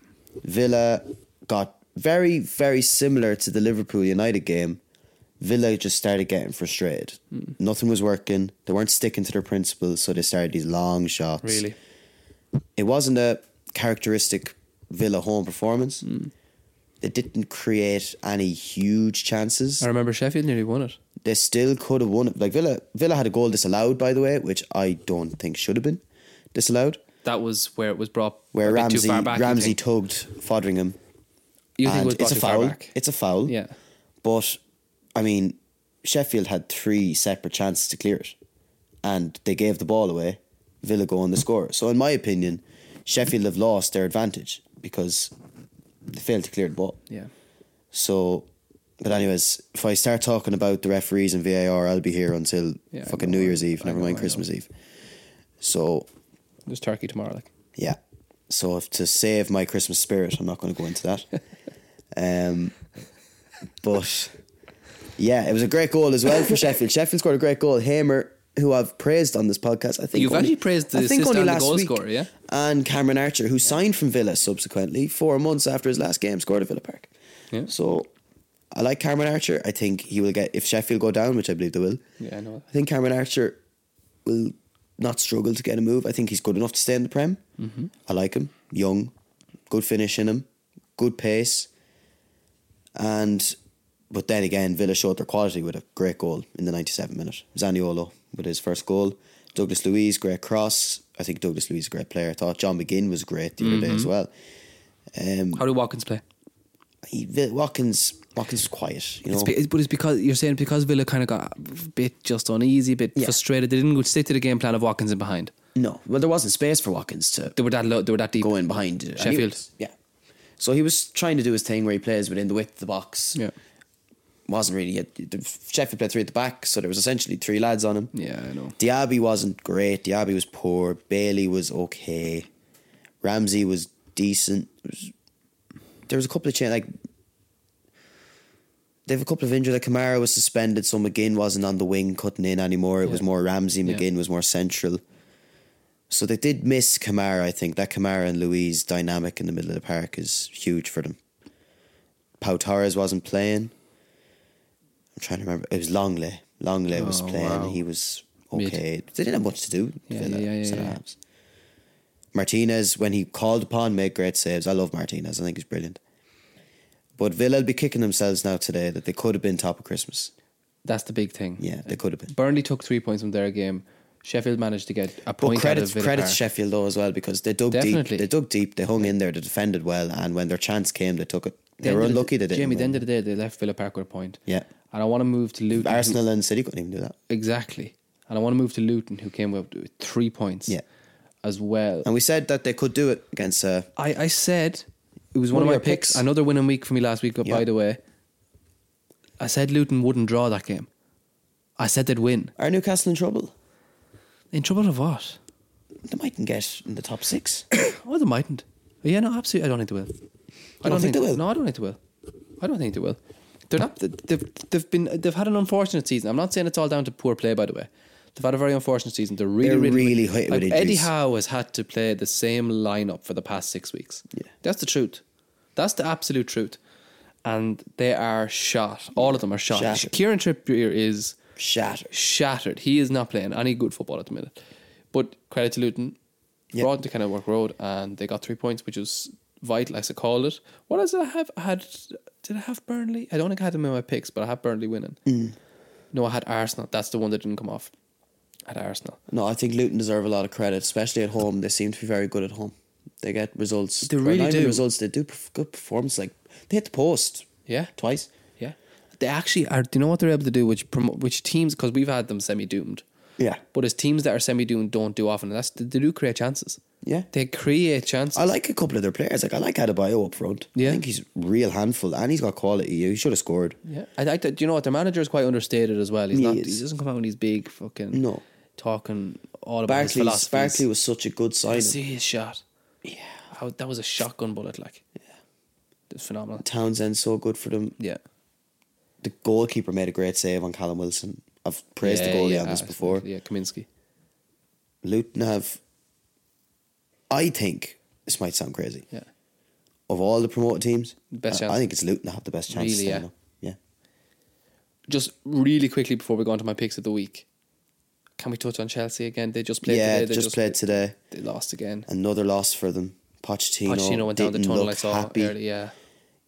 Speaker 2: Villa got very, very similar to the Liverpool United game. Villa just started getting frustrated.
Speaker 1: Hmm.
Speaker 2: Nothing was working. They weren't sticking to their principles, so they started these long shots.
Speaker 1: Really?
Speaker 2: It wasn't a characteristic Villa home performance.
Speaker 1: Hmm.
Speaker 2: They didn't create any huge chances.
Speaker 1: I remember Sheffield nearly won it.
Speaker 2: They still could have won it. Like Villa Villa had a goal disallowed, by the way, which I don't think should have been disallowed.
Speaker 1: That was where it was brought
Speaker 2: Where
Speaker 1: a bit
Speaker 2: Ramsey
Speaker 1: too far back, you
Speaker 2: Ramsey
Speaker 1: think?
Speaker 2: tugged Fodderingham.
Speaker 1: You think it
Speaker 2: and
Speaker 1: was brought
Speaker 2: it's a
Speaker 1: too far
Speaker 2: foul.
Speaker 1: back?
Speaker 2: It's a foul.
Speaker 1: Yeah.
Speaker 2: But I mean, Sheffield had three separate chances to clear it, and they gave the ball away. Villa go on the score. So in my opinion, Sheffield have lost their advantage because they failed to clear the ball.
Speaker 1: Yeah.
Speaker 2: So, but anyways, if I start talking about the referees and VAR, I'll be here until
Speaker 1: Yeah, I
Speaker 2: fucking
Speaker 1: know,
Speaker 2: New
Speaker 1: I-
Speaker 2: Year's Eve.
Speaker 1: I
Speaker 2: Never
Speaker 1: know, I
Speaker 2: mind
Speaker 1: know.
Speaker 2: Christmas Eve. So
Speaker 1: There's turkey tomorrow. Like,
Speaker 2: yeah. So if to save my Christmas spirit, I'm not going to go into that. um, but yeah, it was a great goal as well for Sheffield. Sheffield scored a great goal. Hamer, who I've praised on this podcast, I think
Speaker 1: You've actually praised the assist and the goal scorer, yeah?
Speaker 2: and Cameron Archer, who signed from Villa subsequently four months after his last game, scored at Villa Park.
Speaker 1: Yeah.
Speaker 2: So I like Cameron Archer. I think he will get if Sheffield go down, which I believe they will.
Speaker 1: yeah, I know.
Speaker 2: I think Cameron Archer will not struggle to get a move. I think he's good enough to stay in the Prem. I like him. Young, good finish in him, good pace. And but then again, Villa showed their quality with a great goal in the 97 minute. Zaniolo with his first goal. Douglas Louise, great cross. I think Douglas Louise is a great player. I thought John McGinn was great the other day as well. Um,
Speaker 1: How do Watkins play?
Speaker 2: he, Vil- Watkins, Watkins was quiet. You know,
Speaker 1: It's be, it's- but it's because you're saying because Villa kind of got a bit just uneasy, a bit
Speaker 2: Yeah.
Speaker 1: frustrated. They didn't go stick to the game plan of Watkins in behind.
Speaker 2: no, well, there wasn't space for Watkins to
Speaker 1: They were that low. They were that deep.
Speaker 2: Going behind it. And he
Speaker 1: Sheffield.
Speaker 2: was- yeah. So he was trying to do his thing where he plays within the width of the box.
Speaker 1: Yeah.
Speaker 2: Wasn't really. the Sheffield played three at the back, so there was essentially three lads on him.
Speaker 1: Yeah, I know.
Speaker 2: Diaby wasn't great. Diaby was poor. Bailey was okay. Ramsey was decent. It was- There was a couple of change like they have a couple of injuries. Like Kamara was suspended, so McGinn wasn't on the wing cutting in anymore. It was
Speaker 1: Yeah.
Speaker 2: more Ramsey.
Speaker 1: Yeah.
Speaker 2: McGinn was more central. So they did miss Kamara. I think that Kamara and Louise dynamic in the middle of the park is huge for them. Pau Torres wasn't playing. I'm trying to remember. It was Longley. Longley was
Speaker 1: Oh,
Speaker 2: playing.
Speaker 1: wow.
Speaker 2: He was
Speaker 1: Mid.
Speaker 2: okay. They didn't have much to do.
Speaker 1: Yeah,
Speaker 2: Villa,
Speaker 1: yeah, yeah,
Speaker 2: centre
Speaker 1: yeah.
Speaker 2: halves. Martinez, when he called upon, made great saves. I love Martinez. I think he's brilliant. But Villa will be kicking themselves now today that they could have been top of Christmas.
Speaker 1: That's the big thing.
Speaker 2: Yeah, they could have been.
Speaker 1: Burnley took three points from their game. Sheffield managed to get a
Speaker 2: But
Speaker 1: point out
Speaker 2: credit
Speaker 1: of Villa
Speaker 2: credit to
Speaker 1: Park.
Speaker 2: Sheffield though as well because they dug
Speaker 1: Definitely.
Speaker 2: deep. They dug deep. They hung in there. They defended well, and when their chance came, they took it. They
Speaker 1: The
Speaker 2: were
Speaker 1: end of the-
Speaker 2: unlucky. They didn't.
Speaker 1: Jamie, the
Speaker 2: win.
Speaker 1: end of the day, they left Villa Park with a point.
Speaker 2: Yeah.
Speaker 1: And I want to move to Luton. who-
Speaker 2: Arsenal and City couldn't even do that.
Speaker 1: Exactly. And I want to move to Luton, who came up with three points
Speaker 2: Yeah. Um,
Speaker 1: as well.
Speaker 2: And we said that they could do it against. Uh,
Speaker 1: I, I said it was one,
Speaker 2: One
Speaker 1: of
Speaker 2: of
Speaker 1: my
Speaker 2: your
Speaker 1: picks.
Speaker 2: picks.
Speaker 1: Another winning week for me last week,
Speaker 2: Yeah.
Speaker 1: by the way. I said Luton wouldn't draw that game. I said they'd win.
Speaker 2: are Newcastle in trouble?
Speaker 1: In trouble of what?
Speaker 2: They mightn't get in the top six.
Speaker 1: Oh, they mightn't. Yeah, no, absolutely. I don't think they will. I
Speaker 2: don't think they will?
Speaker 1: No, I don't think they will. I don't think they will. They're not. They've they've been they've had an unfortunate season. I'm not saying it's all down to poor play, by the way. They've had a very unfortunate season. They're really
Speaker 2: They're really
Speaker 1: like,
Speaker 2: hit with
Speaker 1: Eddie
Speaker 2: injuries.
Speaker 1: Howe has had to play the same lineup for the past six weeks.
Speaker 2: Yeah.
Speaker 1: that's the truth. That's the absolute truth. And they are shot. All of them are shot.
Speaker 2: Shattered.
Speaker 1: Kieran Trippier is
Speaker 2: Shatter.
Speaker 1: shattered. He is not playing any good football at the minute. But credit to Luton,
Speaker 2: Yeah.
Speaker 1: brought to Kenilworth Road, and they got three points, which was vital, as I called it. What else did I have? I had did I have Burnley? I don't think I had them in my picks, but I had Burnley winning.
Speaker 2: Mm.
Speaker 1: No, I had Arsenal. That's the one that didn't come off. I had Arsenal.
Speaker 2: No, I think Luton deserve a lot of credit, especially at home. They seem to be very good at home. They get results.
Speaker 1: They
Speaker 2: Well,
Speaker 1: really
Speaker 2: not even
Speaker 1: do.
Speaker 2: Results. They do perf- good performance. Like they hit the post
Speaker 1: Yeah.
Speaker 2: twice.
Speaker 1: Yeah, they actually are. Do you know what they're able to do? Which promo, which teams? Because we've had them semi doomed,
Speaker 2: Yeah,
Speaker 1: but as teams that are semi doomed don't do often. And that's they do create chances.
Speaker 2: yeah.
Speaker 1: They create chances.
Speaker 2: I like a couple of their players. Like I like Adebayo up front.
Speaker 1: Yeah.
Speaker 2: I think he's a real handful, and he's got quality. He should have scored.
Speaker 1: yeah, I like that. Do you know what? Their manager is quite understated as well. He's
Speaker 2: He
Speaker 1: not.
Speaker 2: is.
Speaker 1: He doesn't come out when he's big. Fucking
Speaker 2: No.
Speaker 1: talking all about his
Speaker 2: Barkley,
Speaker 1: philosophies.
Speaker 2: Barkley was such a good
Speaker 1: I
Speaker 2: signing.
Speaker 1: see his shot. Yeah, How, that was a shotgun bullet. Like, yeah, it's phenomenal.
Speaker 2: Townsend so good for them.
Speaker 1: Yeah,
Speaker 2: The goalkeeper made a great save on Callum Wilson. I've praised
Speaker 1: Yeah,
Speaker 2: the goalie
Speaker 1: yeah,
Speaker 2: on this
Speaker 1: absolutely.
Speaker 2: before.
Speaker 1: Yeah, Kaminsky.
Speaker 2: Luton have, I think this might sound crazy.
Speaker 1: Yeah.
Speaker 2: Of all the promoted teams,
Speaker 1: Best
Speaker 2: I, I
Speaker 1: chance.
Speaker 2: think it's Luton that have the best chance.
Speaker 1: Really, yeah.
Speaker 2: yeah. yeah.
Speaker 1: just really quickly before we go on to my picks of the week, can we touch on Chelsea again? They just played
Speaker 2: yeah,
Speaker 1: today. They
Speaker 2: just, played today.
Speaker 1: They lost again.
Speaker 2: Another loss for them. Pochettino,
Speaker 1: Pochettino went down the
Speaker 2: didn't
Speaker 1: tunnel.
Speaker 2: look
Speaker 1: I saw
Speaker 2: happy.
Speaker 1: early. Yeah,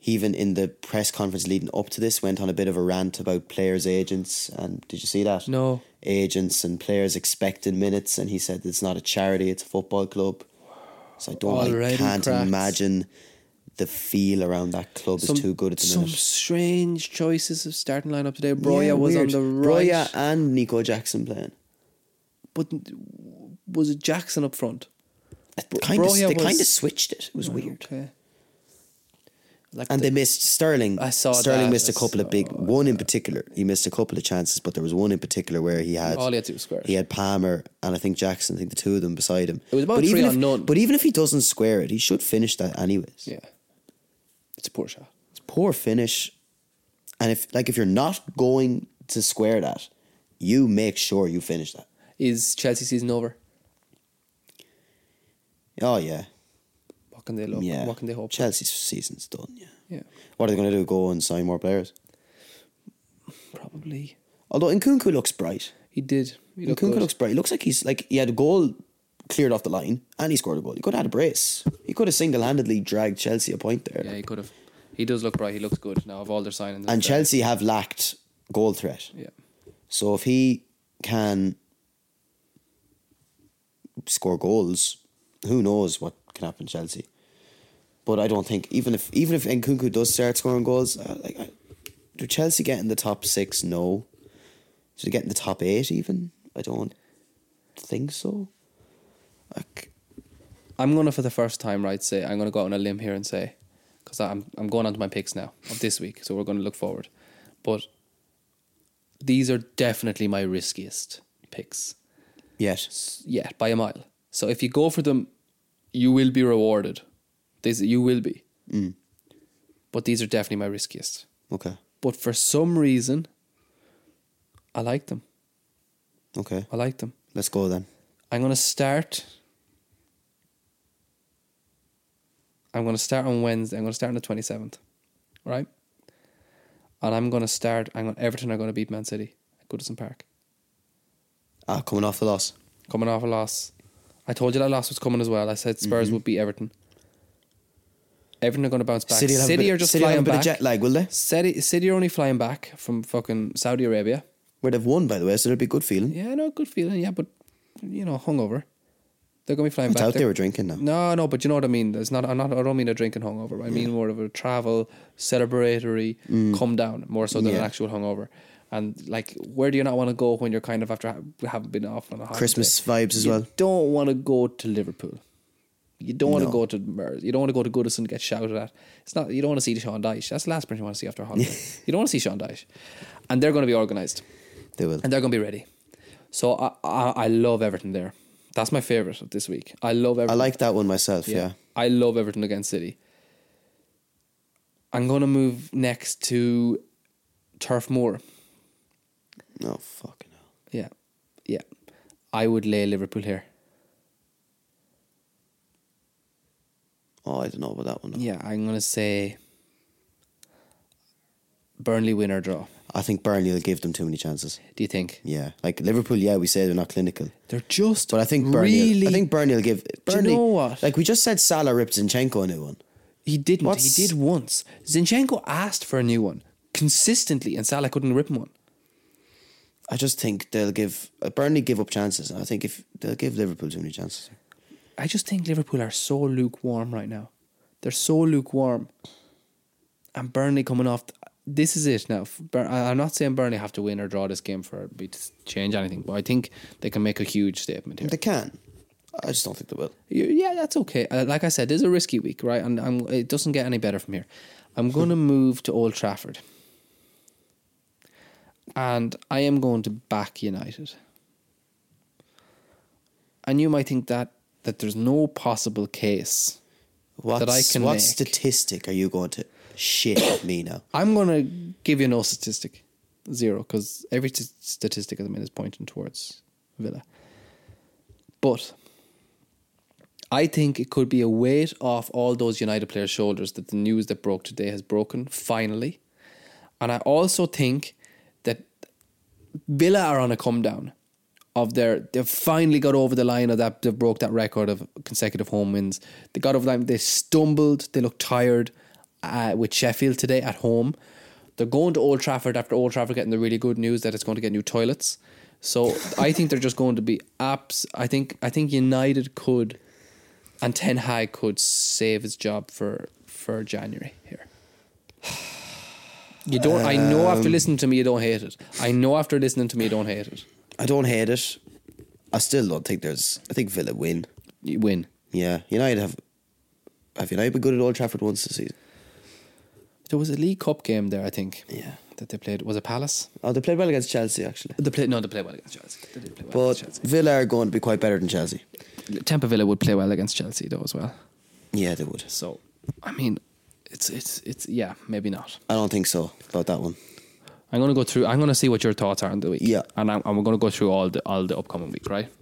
Speaker 2: Even in the press conference leading up to this, went on a bit of a rant about players' agents. And did you see that?
Speaker 1: No.
Speaker 2: Agents and players expecting minutes, and he said it's not a charity; it's a football club. So I don't,
Speaker 1: Already
Speaker 2: I can't
Speaker 1: cracked.
Speaker 2: imagine the feel around that club is too good at the
Speaker 1: some
Speaker 2: minute.
Speaker 1: strange choices of starting lineup today. Broya
Speaker 2: Yeah,
Speaker 1: was
Speaker 2: weird.
Speaker 1: on the right,
Speaker 2: Broya uh, and Nico Jackson playing.
Speaker 1: but was it Jackson up front? Bro-
Speaker 2: Kind of,
Speaker 1: Broya
Speaker 2: they
Speaker 1: was-
Speaker 2: kind of switched it. It was weird.
Speaker 1: Okay. Like
Speaker 2: And
Speaker 1: the-
Speaker 2: they missed Sterling.
Speaker 1: I saw
Speaker 2: Sterling
Speaker 1: that.
Speaker 2: missed a
Speaker 1: I
Speaker 2: couple of big.
Speaker 1: saw
Speaker 2: One in particular, he missed a couple of chances, but there was one in particular where he had.
Speaker 1: All he had to do was square it.
Speaker 2: He had Palmer and I think Jackson. I think the two of them beside him.
Speaker 1: It was about
Speaker 2: but
Speaker 1: three
Speaker 2: even
Speaker 1: on
Speaker 2: if,
Speaker 1: none.
Speaker 2: But even if he doesn't square it, he should finish that anyways.
Speaker 1: yeah, it's a poor shot.
Speaker 2: It's poor finish, and if like if you're not going to square that, you make sure you finish that.
Speaker 1: Is Chelsea season over?
Speaker 2: Oh yeah,
Speaker 1: What can they look?
Speaker 2: yeah.
Speaker 1: What can they hope?
Speaker 2: Chelsea's season's done. Yeah.
Speaker 1: yeah,
Speaker 2: What are they going to do? Go and sign more players?
Speaker 1: probably.
Speaker 2: Although Nkunku looks bright.
Speaker 1: He did. He looked
Speaker 2: Nkunku
Speaker 1: good.
Speaker 2: looks bright. He looks like he's like he had a goal cleared off the line and he scored a goal. He could have had a brace. He could have single handedly dragged Chelsea a point there.
Speaker 1: Yeah, he could have. He does look bright. He looks good now of all their signings.
Speaker 2: and
Speaker 1: it's, uh,
Speaker 2: Chelsea have lacked goal threat.
Speaker 1: Yeah,
Speaker 2: So if he can score goals, who knows what can happen to Chelsea. But I don't think even if even if Nkunku does start scoring goals, uh, like I, do Chelsea get in the top six? No. Do they get in the top eight? Even I don't think so. Like
Speaker 1: I'm gonna for the first time, right? Say I'm gonna go out on a limb here and say, because I'm I'm going on to my picks now of this week, so we're gonna look forward. But these are definitely my riskiest picks
Speaker 2: yes,
Speaker 1: yet by a mile. So if you go for them, you will be rewarded. These you will be. But these are definitely my riskiest.
Speaker 2: okay,
Speaker 1: But for some reason, I like them.
Speaker 2: okay.
Speaker 1: I like them.
Speaker 2: Let's go then.
Speaker 1: I'm gonna start. I'm gonna start on Wednesday. I'm gonna start on the twenty seventh, right? And I'm gonna start. I'm gonna Everton are gonna beat Man City at Goodison Park,
Speaker 2: Ah, coming off the loss.
Speaker 1: coming off a loss. I told you that loss was coming as well. I said
Speaker 2: Mm-hmm.
Speaker 1: Spurs would beat Everton. Everton are gonna bounce back. City,
Speaker 2: will have a bit-
Speaker 1: are just
Speaker 2: City will have
Speaker 1: flying
Speaker 2: a bit
Speaker 1: back.
Speaker 2: of jet lag, will they?
Speaker 1: City, City are only flying back from fucking Saudi Arabia.
Speaker 2: Where they've won, by the way, so there'll be good feeling.
Speaker 1: Yeah, no good feeling. Yeah, but you know, hungover. They're gonna be flying
Speaker 2: I
Speaker 1: back.
Speaker 2: doubt
Speaker 1: They're-
Speaker 2: they were drinking now.
Speaker 1: No, no, but you know what I mean. It's not. I'm not. I don't mean a drinking hungover. I mean more of a travel, celebratory, come down more so than an
Speaker 2: Mm. Yeah.
Speaker 1: actual hungover. And like, where do you not want to go when you're kind of after ha- having been off on a holiday?
Speaker 2: Christmas vibes as
Speaker 1: You
Speaker 2: well.
Speaker 1: Don't want to go to Liverpool. You don't want to
Speaker 2: No.
Speaker 1: go to Mers. You don't want to go to Goodison and get shouted at. It's not. You don't want to see Sean Dyche. That's the last person you want to see after a holiday. you don't want to see Sean Dyche, and they're going to be organised
Speaker 2: They will.
Speaker 1: and they're going to be ready. So I, I, I love Everton there. That's my favorite of this week. I love Everton.
Speaker 2: I like that one myself. Yeah.
Speaker 1: I love Everton against City. I'm gonna move next to Turf Moor.
Speaker 2: No Oh, fucking hell.
Speaker 1: Yeah. Yeah. I would lay Liverpool here.
Speaker 2: Oh, I don't know about that one.
Speaker 1: Yeah, I'm going to say Burnley win or draw.
Speaker 2: I think Burnley will give them too many chances.
Speaker 1: Do you think?
Speaker 2: Yeah, like Liverpool. Yeah, we say they're not clinical,
Speaker 1: They're just.
Speaker 2: but I think Burnley.
Speaker 1: Really?
Speaker 2: I think Burnley will give.
Speaker 1: you
Speaker 2: Burnley,
Speaker 1: know what?
Speaker 2: Like we just said, Salah ripped Zinchenko a new one.
Speaker 1: He didn't.
Speaker 2: What's-
Speaker 1: He did once. Zinchenko asked for a new one consistently, and Salah couldn't rip him one.
Speaker 2: I just think they'll give uh, Burnley give up chances. and I think if they'll give Liverpool too many chances.
Speaker 1: I just think Liverpool are so lukewarm right now. They're so lukewarm. And Burnley coming off. This is it now. Bur- I- I'm not saying Burnley have to win or draw this game for it be- to change anything, but I think they can make a huge statement here.
Speaker 2: They can. I just don't think they will.
Speaker 1: You- Yeah, that's okay. Uh, like I said, this is a risky week, right? And I'm, it doesn't get any better from here. I'm going
Speaker 2: Hmm.
Speaker 1: to move to Old Trafford. And I am going to back United. And you might think that that there's no possible case.
Speaker 2: What's,
Speaker 1: I can
Speaker 2: what
Speaker 1: make.
Speaker 2: statistic are you going to shit at me now?
Speaker 1: I'm going to give you no statistic. Zero, because every t- statistic at the minute is pointing towards Villa. But I think it could be a weight off all those United players' shoulders that the news that broke today has broken, finally. And I also think that Villa are on a come down of their they've finally got over the line of that they've broke that record of consecutive home wins. They got over the line, they stumbled, they looked tired uh, with Sheffield today at home. They're going to Old Trafford after Old Trafford getting the really good news that it's going to get new toilets. So I think they're just going to be apps. I think I think United could and Ten Hag could save his job for for January here. You don't. I know after listening to me, you don't hate it. I know after listening to me, you don't hate it.
Speaker 2: I don't hate it. I still don't think there's. I think Villa win.
Speaker 1: You win.
Speaker 2: Yeah, United have. Have United been good at Old Trafford once this season?
Speaker 1: There was a League Cup game there, I think.
Speaker 2: Yeah.
Speaker 1: That they played. Was it Palace?
Speaker 2: Oh, they played well against Chelsea actually.
Speaker 1: They played. No, they played well against Chelsea. They did play well
Speaker 2: But
Speaker 1: against
Speaker 2: Villa are going to be quite better than Chelsea.
Speaker 1: Chelsea. Tampa Villa would play well against Chelsea though as well.
Speaker 2: Yeah, they would.
Speaker 1: So, I mean, it's it's it's yeah, maybe not.
Speaker 2: I don't think so about that one.
Speaker 1: I'm gonna go through. I'm gonna see what your thoughts are on the week.
Speaker 2: Yeah.
Speaker 1: And I'm, I'm gonna go through all the all the upcoming week, right?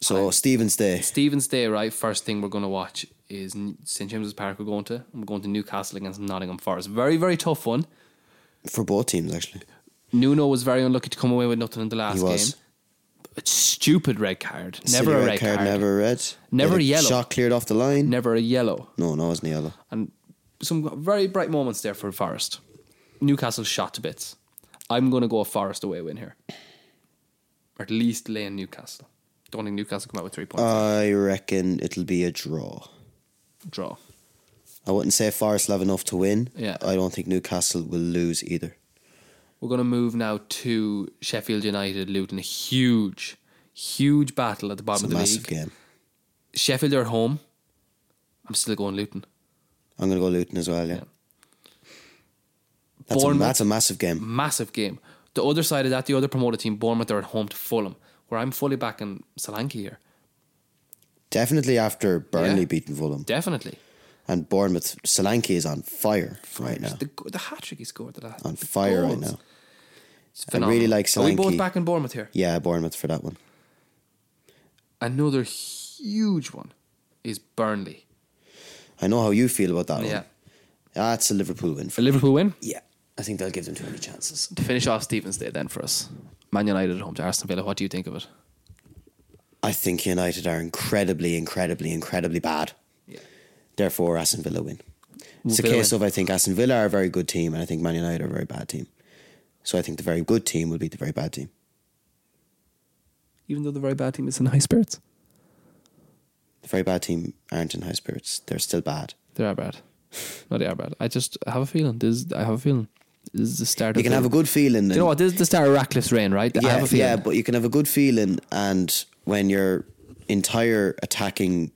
Speaker 2: So Stevens Day.
Speaker 1: Stephen's Day, right? First thing we're going to watch is N- St James's Park. We're going to. We're going to Newcastle against Nottingham Forest. Very, very tough one.
Speaker 2: for both teams actually.
Speaker 1: Nuno was very unlucky to come away with nothing in the last
Speaker 2: He was.
Speaker 1: game. A stupid red card. Never
Speaker 2: Silly
Speaker 1: a red card.
Speaker 2: never a red,
Speaker 1: Never
Speaker 2: They
Speaker 1: a
Speaker 2: had
Speaker 1: yellow.
Speaker 2: Shot cleared off the line.
Speaker 1: Never a yellow.
Speaker 2: No, no, it wasn't a yellow.
Speaker 1: And some very bright moments there for Forest. Newcastle shot to bits. I'm going to go a Forest away win here. Or at least lay in Newcastle. Don't think Newcastle come out with three points.
Speaker 2: I reckon it'll be a draw. Uh.
Speaker 1: Draw.
Speaker 2: I wouldn't say Forest will have enough to win.
Speaker 1: Yeah.
Speaker 2: I don't think Newcastle will lose either.
Speaker 1: We're going to move now to Sheffield United Luton. A huge, huge battle at the
Speaker 2: It's
Speaker 1: bottom
Speaker 2: a
Speaker 1: of the
Speaker 2: massive
Speaker 1: league.
Speaker 2: game.
Speaker 1: Sheffield are at home. I'm still going Luton.
Speaker 2: I'm gonna go Luton as well. Yeah. That's, a,
Speaker 1: Bournemouth,
Speaker 2: that's a massive game.
Speaker 1: massive game. The other side of that, the other promoted team, Bournemouth, are at home to Fulham, where I'm fully backing Solanke here.
Speaker 2: Definitely after Burnley
Speaker 1: Yeah.
Speaker 2: beating Fulham
Speaker 1: Definitely.
Speaker 2: and Bournemouth, Solanke is on fire right now.
Speaker 1: The, go- the hat trick he scored the last.
Speaker 2: On
Speaker 1: the
Speaker 2: fire right
Speaker 1: goals.
Speaker 2: now.
Speaker 1: It's
Speaker 2: I really
Speaker 1: phenomenal.
Speaker 2: like
Speaker 1: Are we
Speaker 2: Solanke.
Speaker 1: both backing Bournemouth here?
Speaker 2: Yeah, Bournemouth for that one.
Speaker 1: Another huge one is Burnley.
Speaker 2: I know how you feel about that
Speaker 1: Yeah.
Speaker 2: one. That's a Liverpool win
Speaker 1: A
Speaker 2: for.
Speaker 1: Liverpool win?
Speaker 2: Yeah, I think they'll give them too many chances.
Speaker 1: To finish off Stephen's Day then for us. Man United at home to Aston Villa. What do you think of it?
Speaker 2: I think United are incredibly, incredibly, incredibly bad.
Speaker 1: Yeah.
Speaker 2: Therefore, Aston Villa win. It's
Speaker 1: Villa
Speaker 2: a case
Speaker 1: win.
Speaker 2: of I think Aston Villa are a very good team, and I think Man United are a very bad team. So I think the very good team will beat the very bad team.
Speaker 1: Even though the very bad team is in high spirits.
Speaker 2: The very bad team aren't in high spirits; they're still bad.
Speaker 1: They are bad. No, they are bad. I just have a feeling. This is, I have a feeling. This is the start
Speaker 2: You
Speaker 1: of
Speaker 2: can
Speaker 1: the-
Speaker 2: have a good feeling.
Speaker 1: Do you know
Speaker 2: and-
Speaker 1: what? This is the start of Ratcliffe's reign, right? I have a feeling.
Speaker 2: yeah, but you can have a good feeling, and when your entire attacking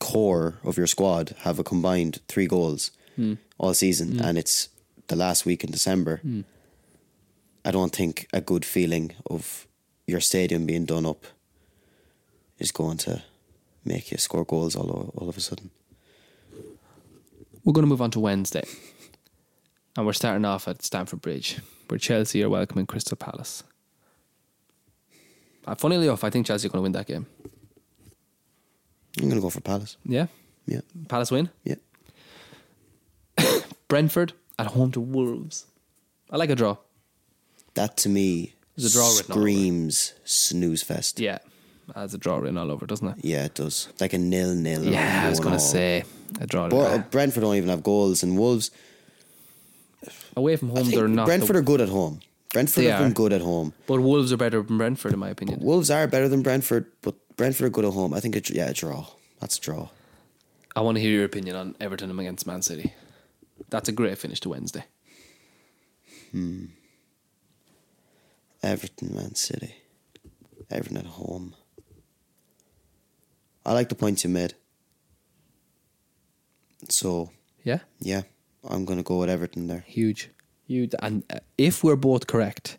Speaker 2: core of your squad have a combined three goals
Speaker 1: Hmm.
Speaker 2: all season, and it's the last week in December,
Speaker 1: Hmm.
Speaker 2: I don't think a good feeling of your stadium being done up is going to make you score goals all o- all of a sudden.
Speaker 1: We're going to move on to Wednesday. And we're starting off at Stamford Bridge, where Chelsea are welcoming Crystal Palace. Uh, funnily enough, I think Chelsea are going to win that game.
Speaker 2: I'm gonna go for Palace.
Speaker 1: Yeah?
Speaker 2: Yeah.
Speaker 1: Palace win.
Speaker 2: Yeah.
Speaker 1: Brentford at home to Wolves. I like a draw.
Speaker 2: That to me
Speaker 1: There's a draw written all over it.
Speaker 2: screams snooze fest.
Speaker 1: Yeah, that's a draw written all over, doesn't it?
Speaker 2: Yeah, it does. Like a nil nil.
Speaker 1: Yeah, I was gonna say a draw.
Speaker 2: But uh, Brentford don't even have goals, and Wolves.
Speaker 1: Away from
Speaker 2: I
Speaker 1: home,
Speaker 2: think
Speaker 1: they're not. the-
Speaker 2: Brentford are good at home. Brentford
Speaker 1: They
Speaker 2: have been
Speaker 1: are.
Speaker 2: good at home.
Speaker 1: but Wolves are better than Brentford, in my opinion.
Speaker 2: Wolves are better than Brentford, but Brentford are good at home. I think a, dr- yeah, a draw. That's a draw.
Speaker 1: I want to hear your opinion on Everton against Man City. That's a great finish to Wednesday.
Speaker 2: Everton, Man City, Everton at home. I like the points you made. So
Speaker 1: Yeah,
Speaker 2: yeah, I'm gonna go with Everton there.
Speaker 1: huge, huge. And uh, if we're both correct,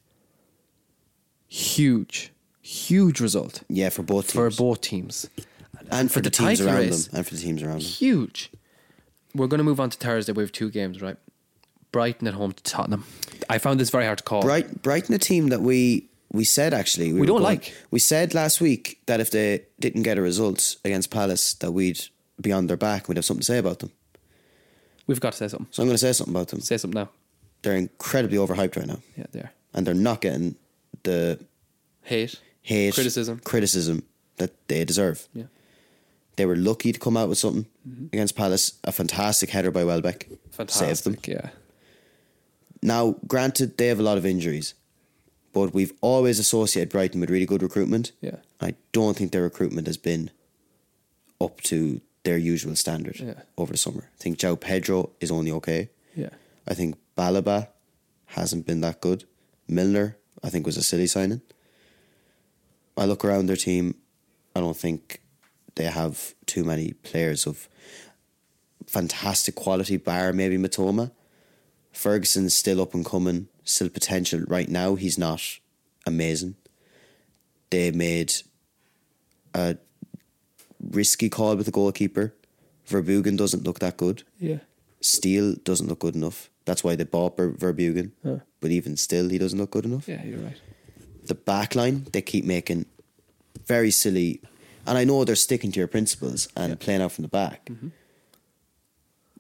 Speaker 1: huge, huge result
Speaker 2: Yeah, for both teams.
Speaker 1: for both teams,
Speaker 2: and for, the, teams
Speaker 1: title
Speaker 2: around
Speaker 1: race,
Speaker 2: them, and for the teams around them.
Speaker 1: Huge. We're going to move on to Thursday. We have two games, right? Brighton at home to Tottenham. I found this very hard to call.
Speaker 2: Bright, Brighton, a team that we we said actually we, were
Speaker 1: don't
Speaker 2: going-
Speaker 1: like.
Speaker 2: We said last week that if they didn't get a result against Palace, that we'd be on their back. We'd have something to say about them.
Speaker 1: We've got to say something.
Speaker 2: So I'm going to say something about them.
Speaker 1: Say something now.
Speaker 2: They're incredibly overhyped right now,
Speaker 1: Yeah, there.
Speaker 2: and they're not getting the
Speaker 1: Hate.
Speaker 2: hate,
Speaker 1: Criticism.
Speaker 2: criticism that they deserve.
Speaker 1: Yeah.
Speaker 2: They were lucky to come out with something against Palace. A fantastic header by Welbeck saved them.
Speaker 1: Mm-hmm. Fantastic. Yeah.
Speaker 2: Now, granted, they have a lot of injuries, but we've always associated Brighton with really good recruitment.
Speaker 1: Yeah.
Speaker 2: I don't think their recruitment has been up to their usual standard
Speaker 1: Yeah.
Speaker 2: over the summer. I think João Pedro is only okay.
Speaker 1: Yeah.
Speaker 2: I think Balaba hasn't been that good. Milner, I think, was a silly signing. I look around their team. I don't think they have too many players of fantastic quality, bar maybe Matoma. Ferguson's still up and coming, still potential. Right now, he's not amazing. They made a risky call with the goalkeeper. Verbugen doesn't look that good.
Speaker 1: Yeah.
Speaker 2: Steele doesn't look good enough. That's why they bought Ver- Verbugen.
Speaker 1: Huh.
Speaker 2: But even still, he doesn't look good enough.
Speaker 1: Yeah, you're right.
Speaker 2: The back line, they keep making very silly. And I know they're sticking to your principles and playing out from the back.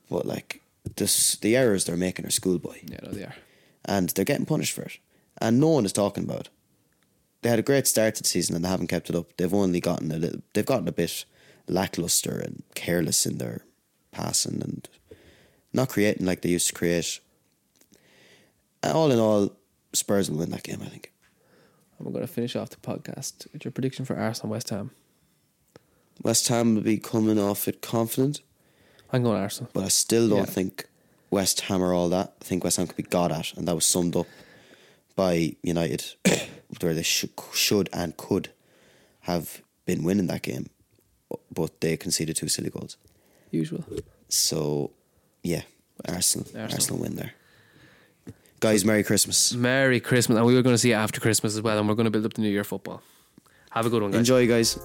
Speaker 2: But, like, this, the errors they're making are schoolboy.
Speaker 1: Yeah, no, they are.
Speaker 2: And they're getting punished for it. And no one is talking about it. They had a great start to the season and they haven't kept it up. They've only gotten a little, they've gotten a bit lackluster and careless in their passing and not creating like they used to create. And All in all, Spurs will win that game, I think.
Speaker 1: And we're going to finish off the podcast with your prediction for Arsenal West Ham.
Speaker 2: West Ham will be coming off it confident,
Speaker 1: I'm going Arsenal.
Speaker 2: but I still don't
Speaker 1: Yeah.
Speaker 2: think West Ham are all that. I think West Ham could be god at, and that was summed up by United, where they should, should and could have been winning that game, but they conceded two silly goals.
Speaker 1: Usual.
Speaker 2: So, yeah, Arsenal,
Speaker 1: Arsenal.
Speaker 2: Arsenal, win there. Guys, Merry Christmas.
Speaker 1: Merry Christmas. And we were going to see it after Christmas as well. And we're going to build up the New Year football. Have a good one, guys.
Speaker 2: Enjoy, guys.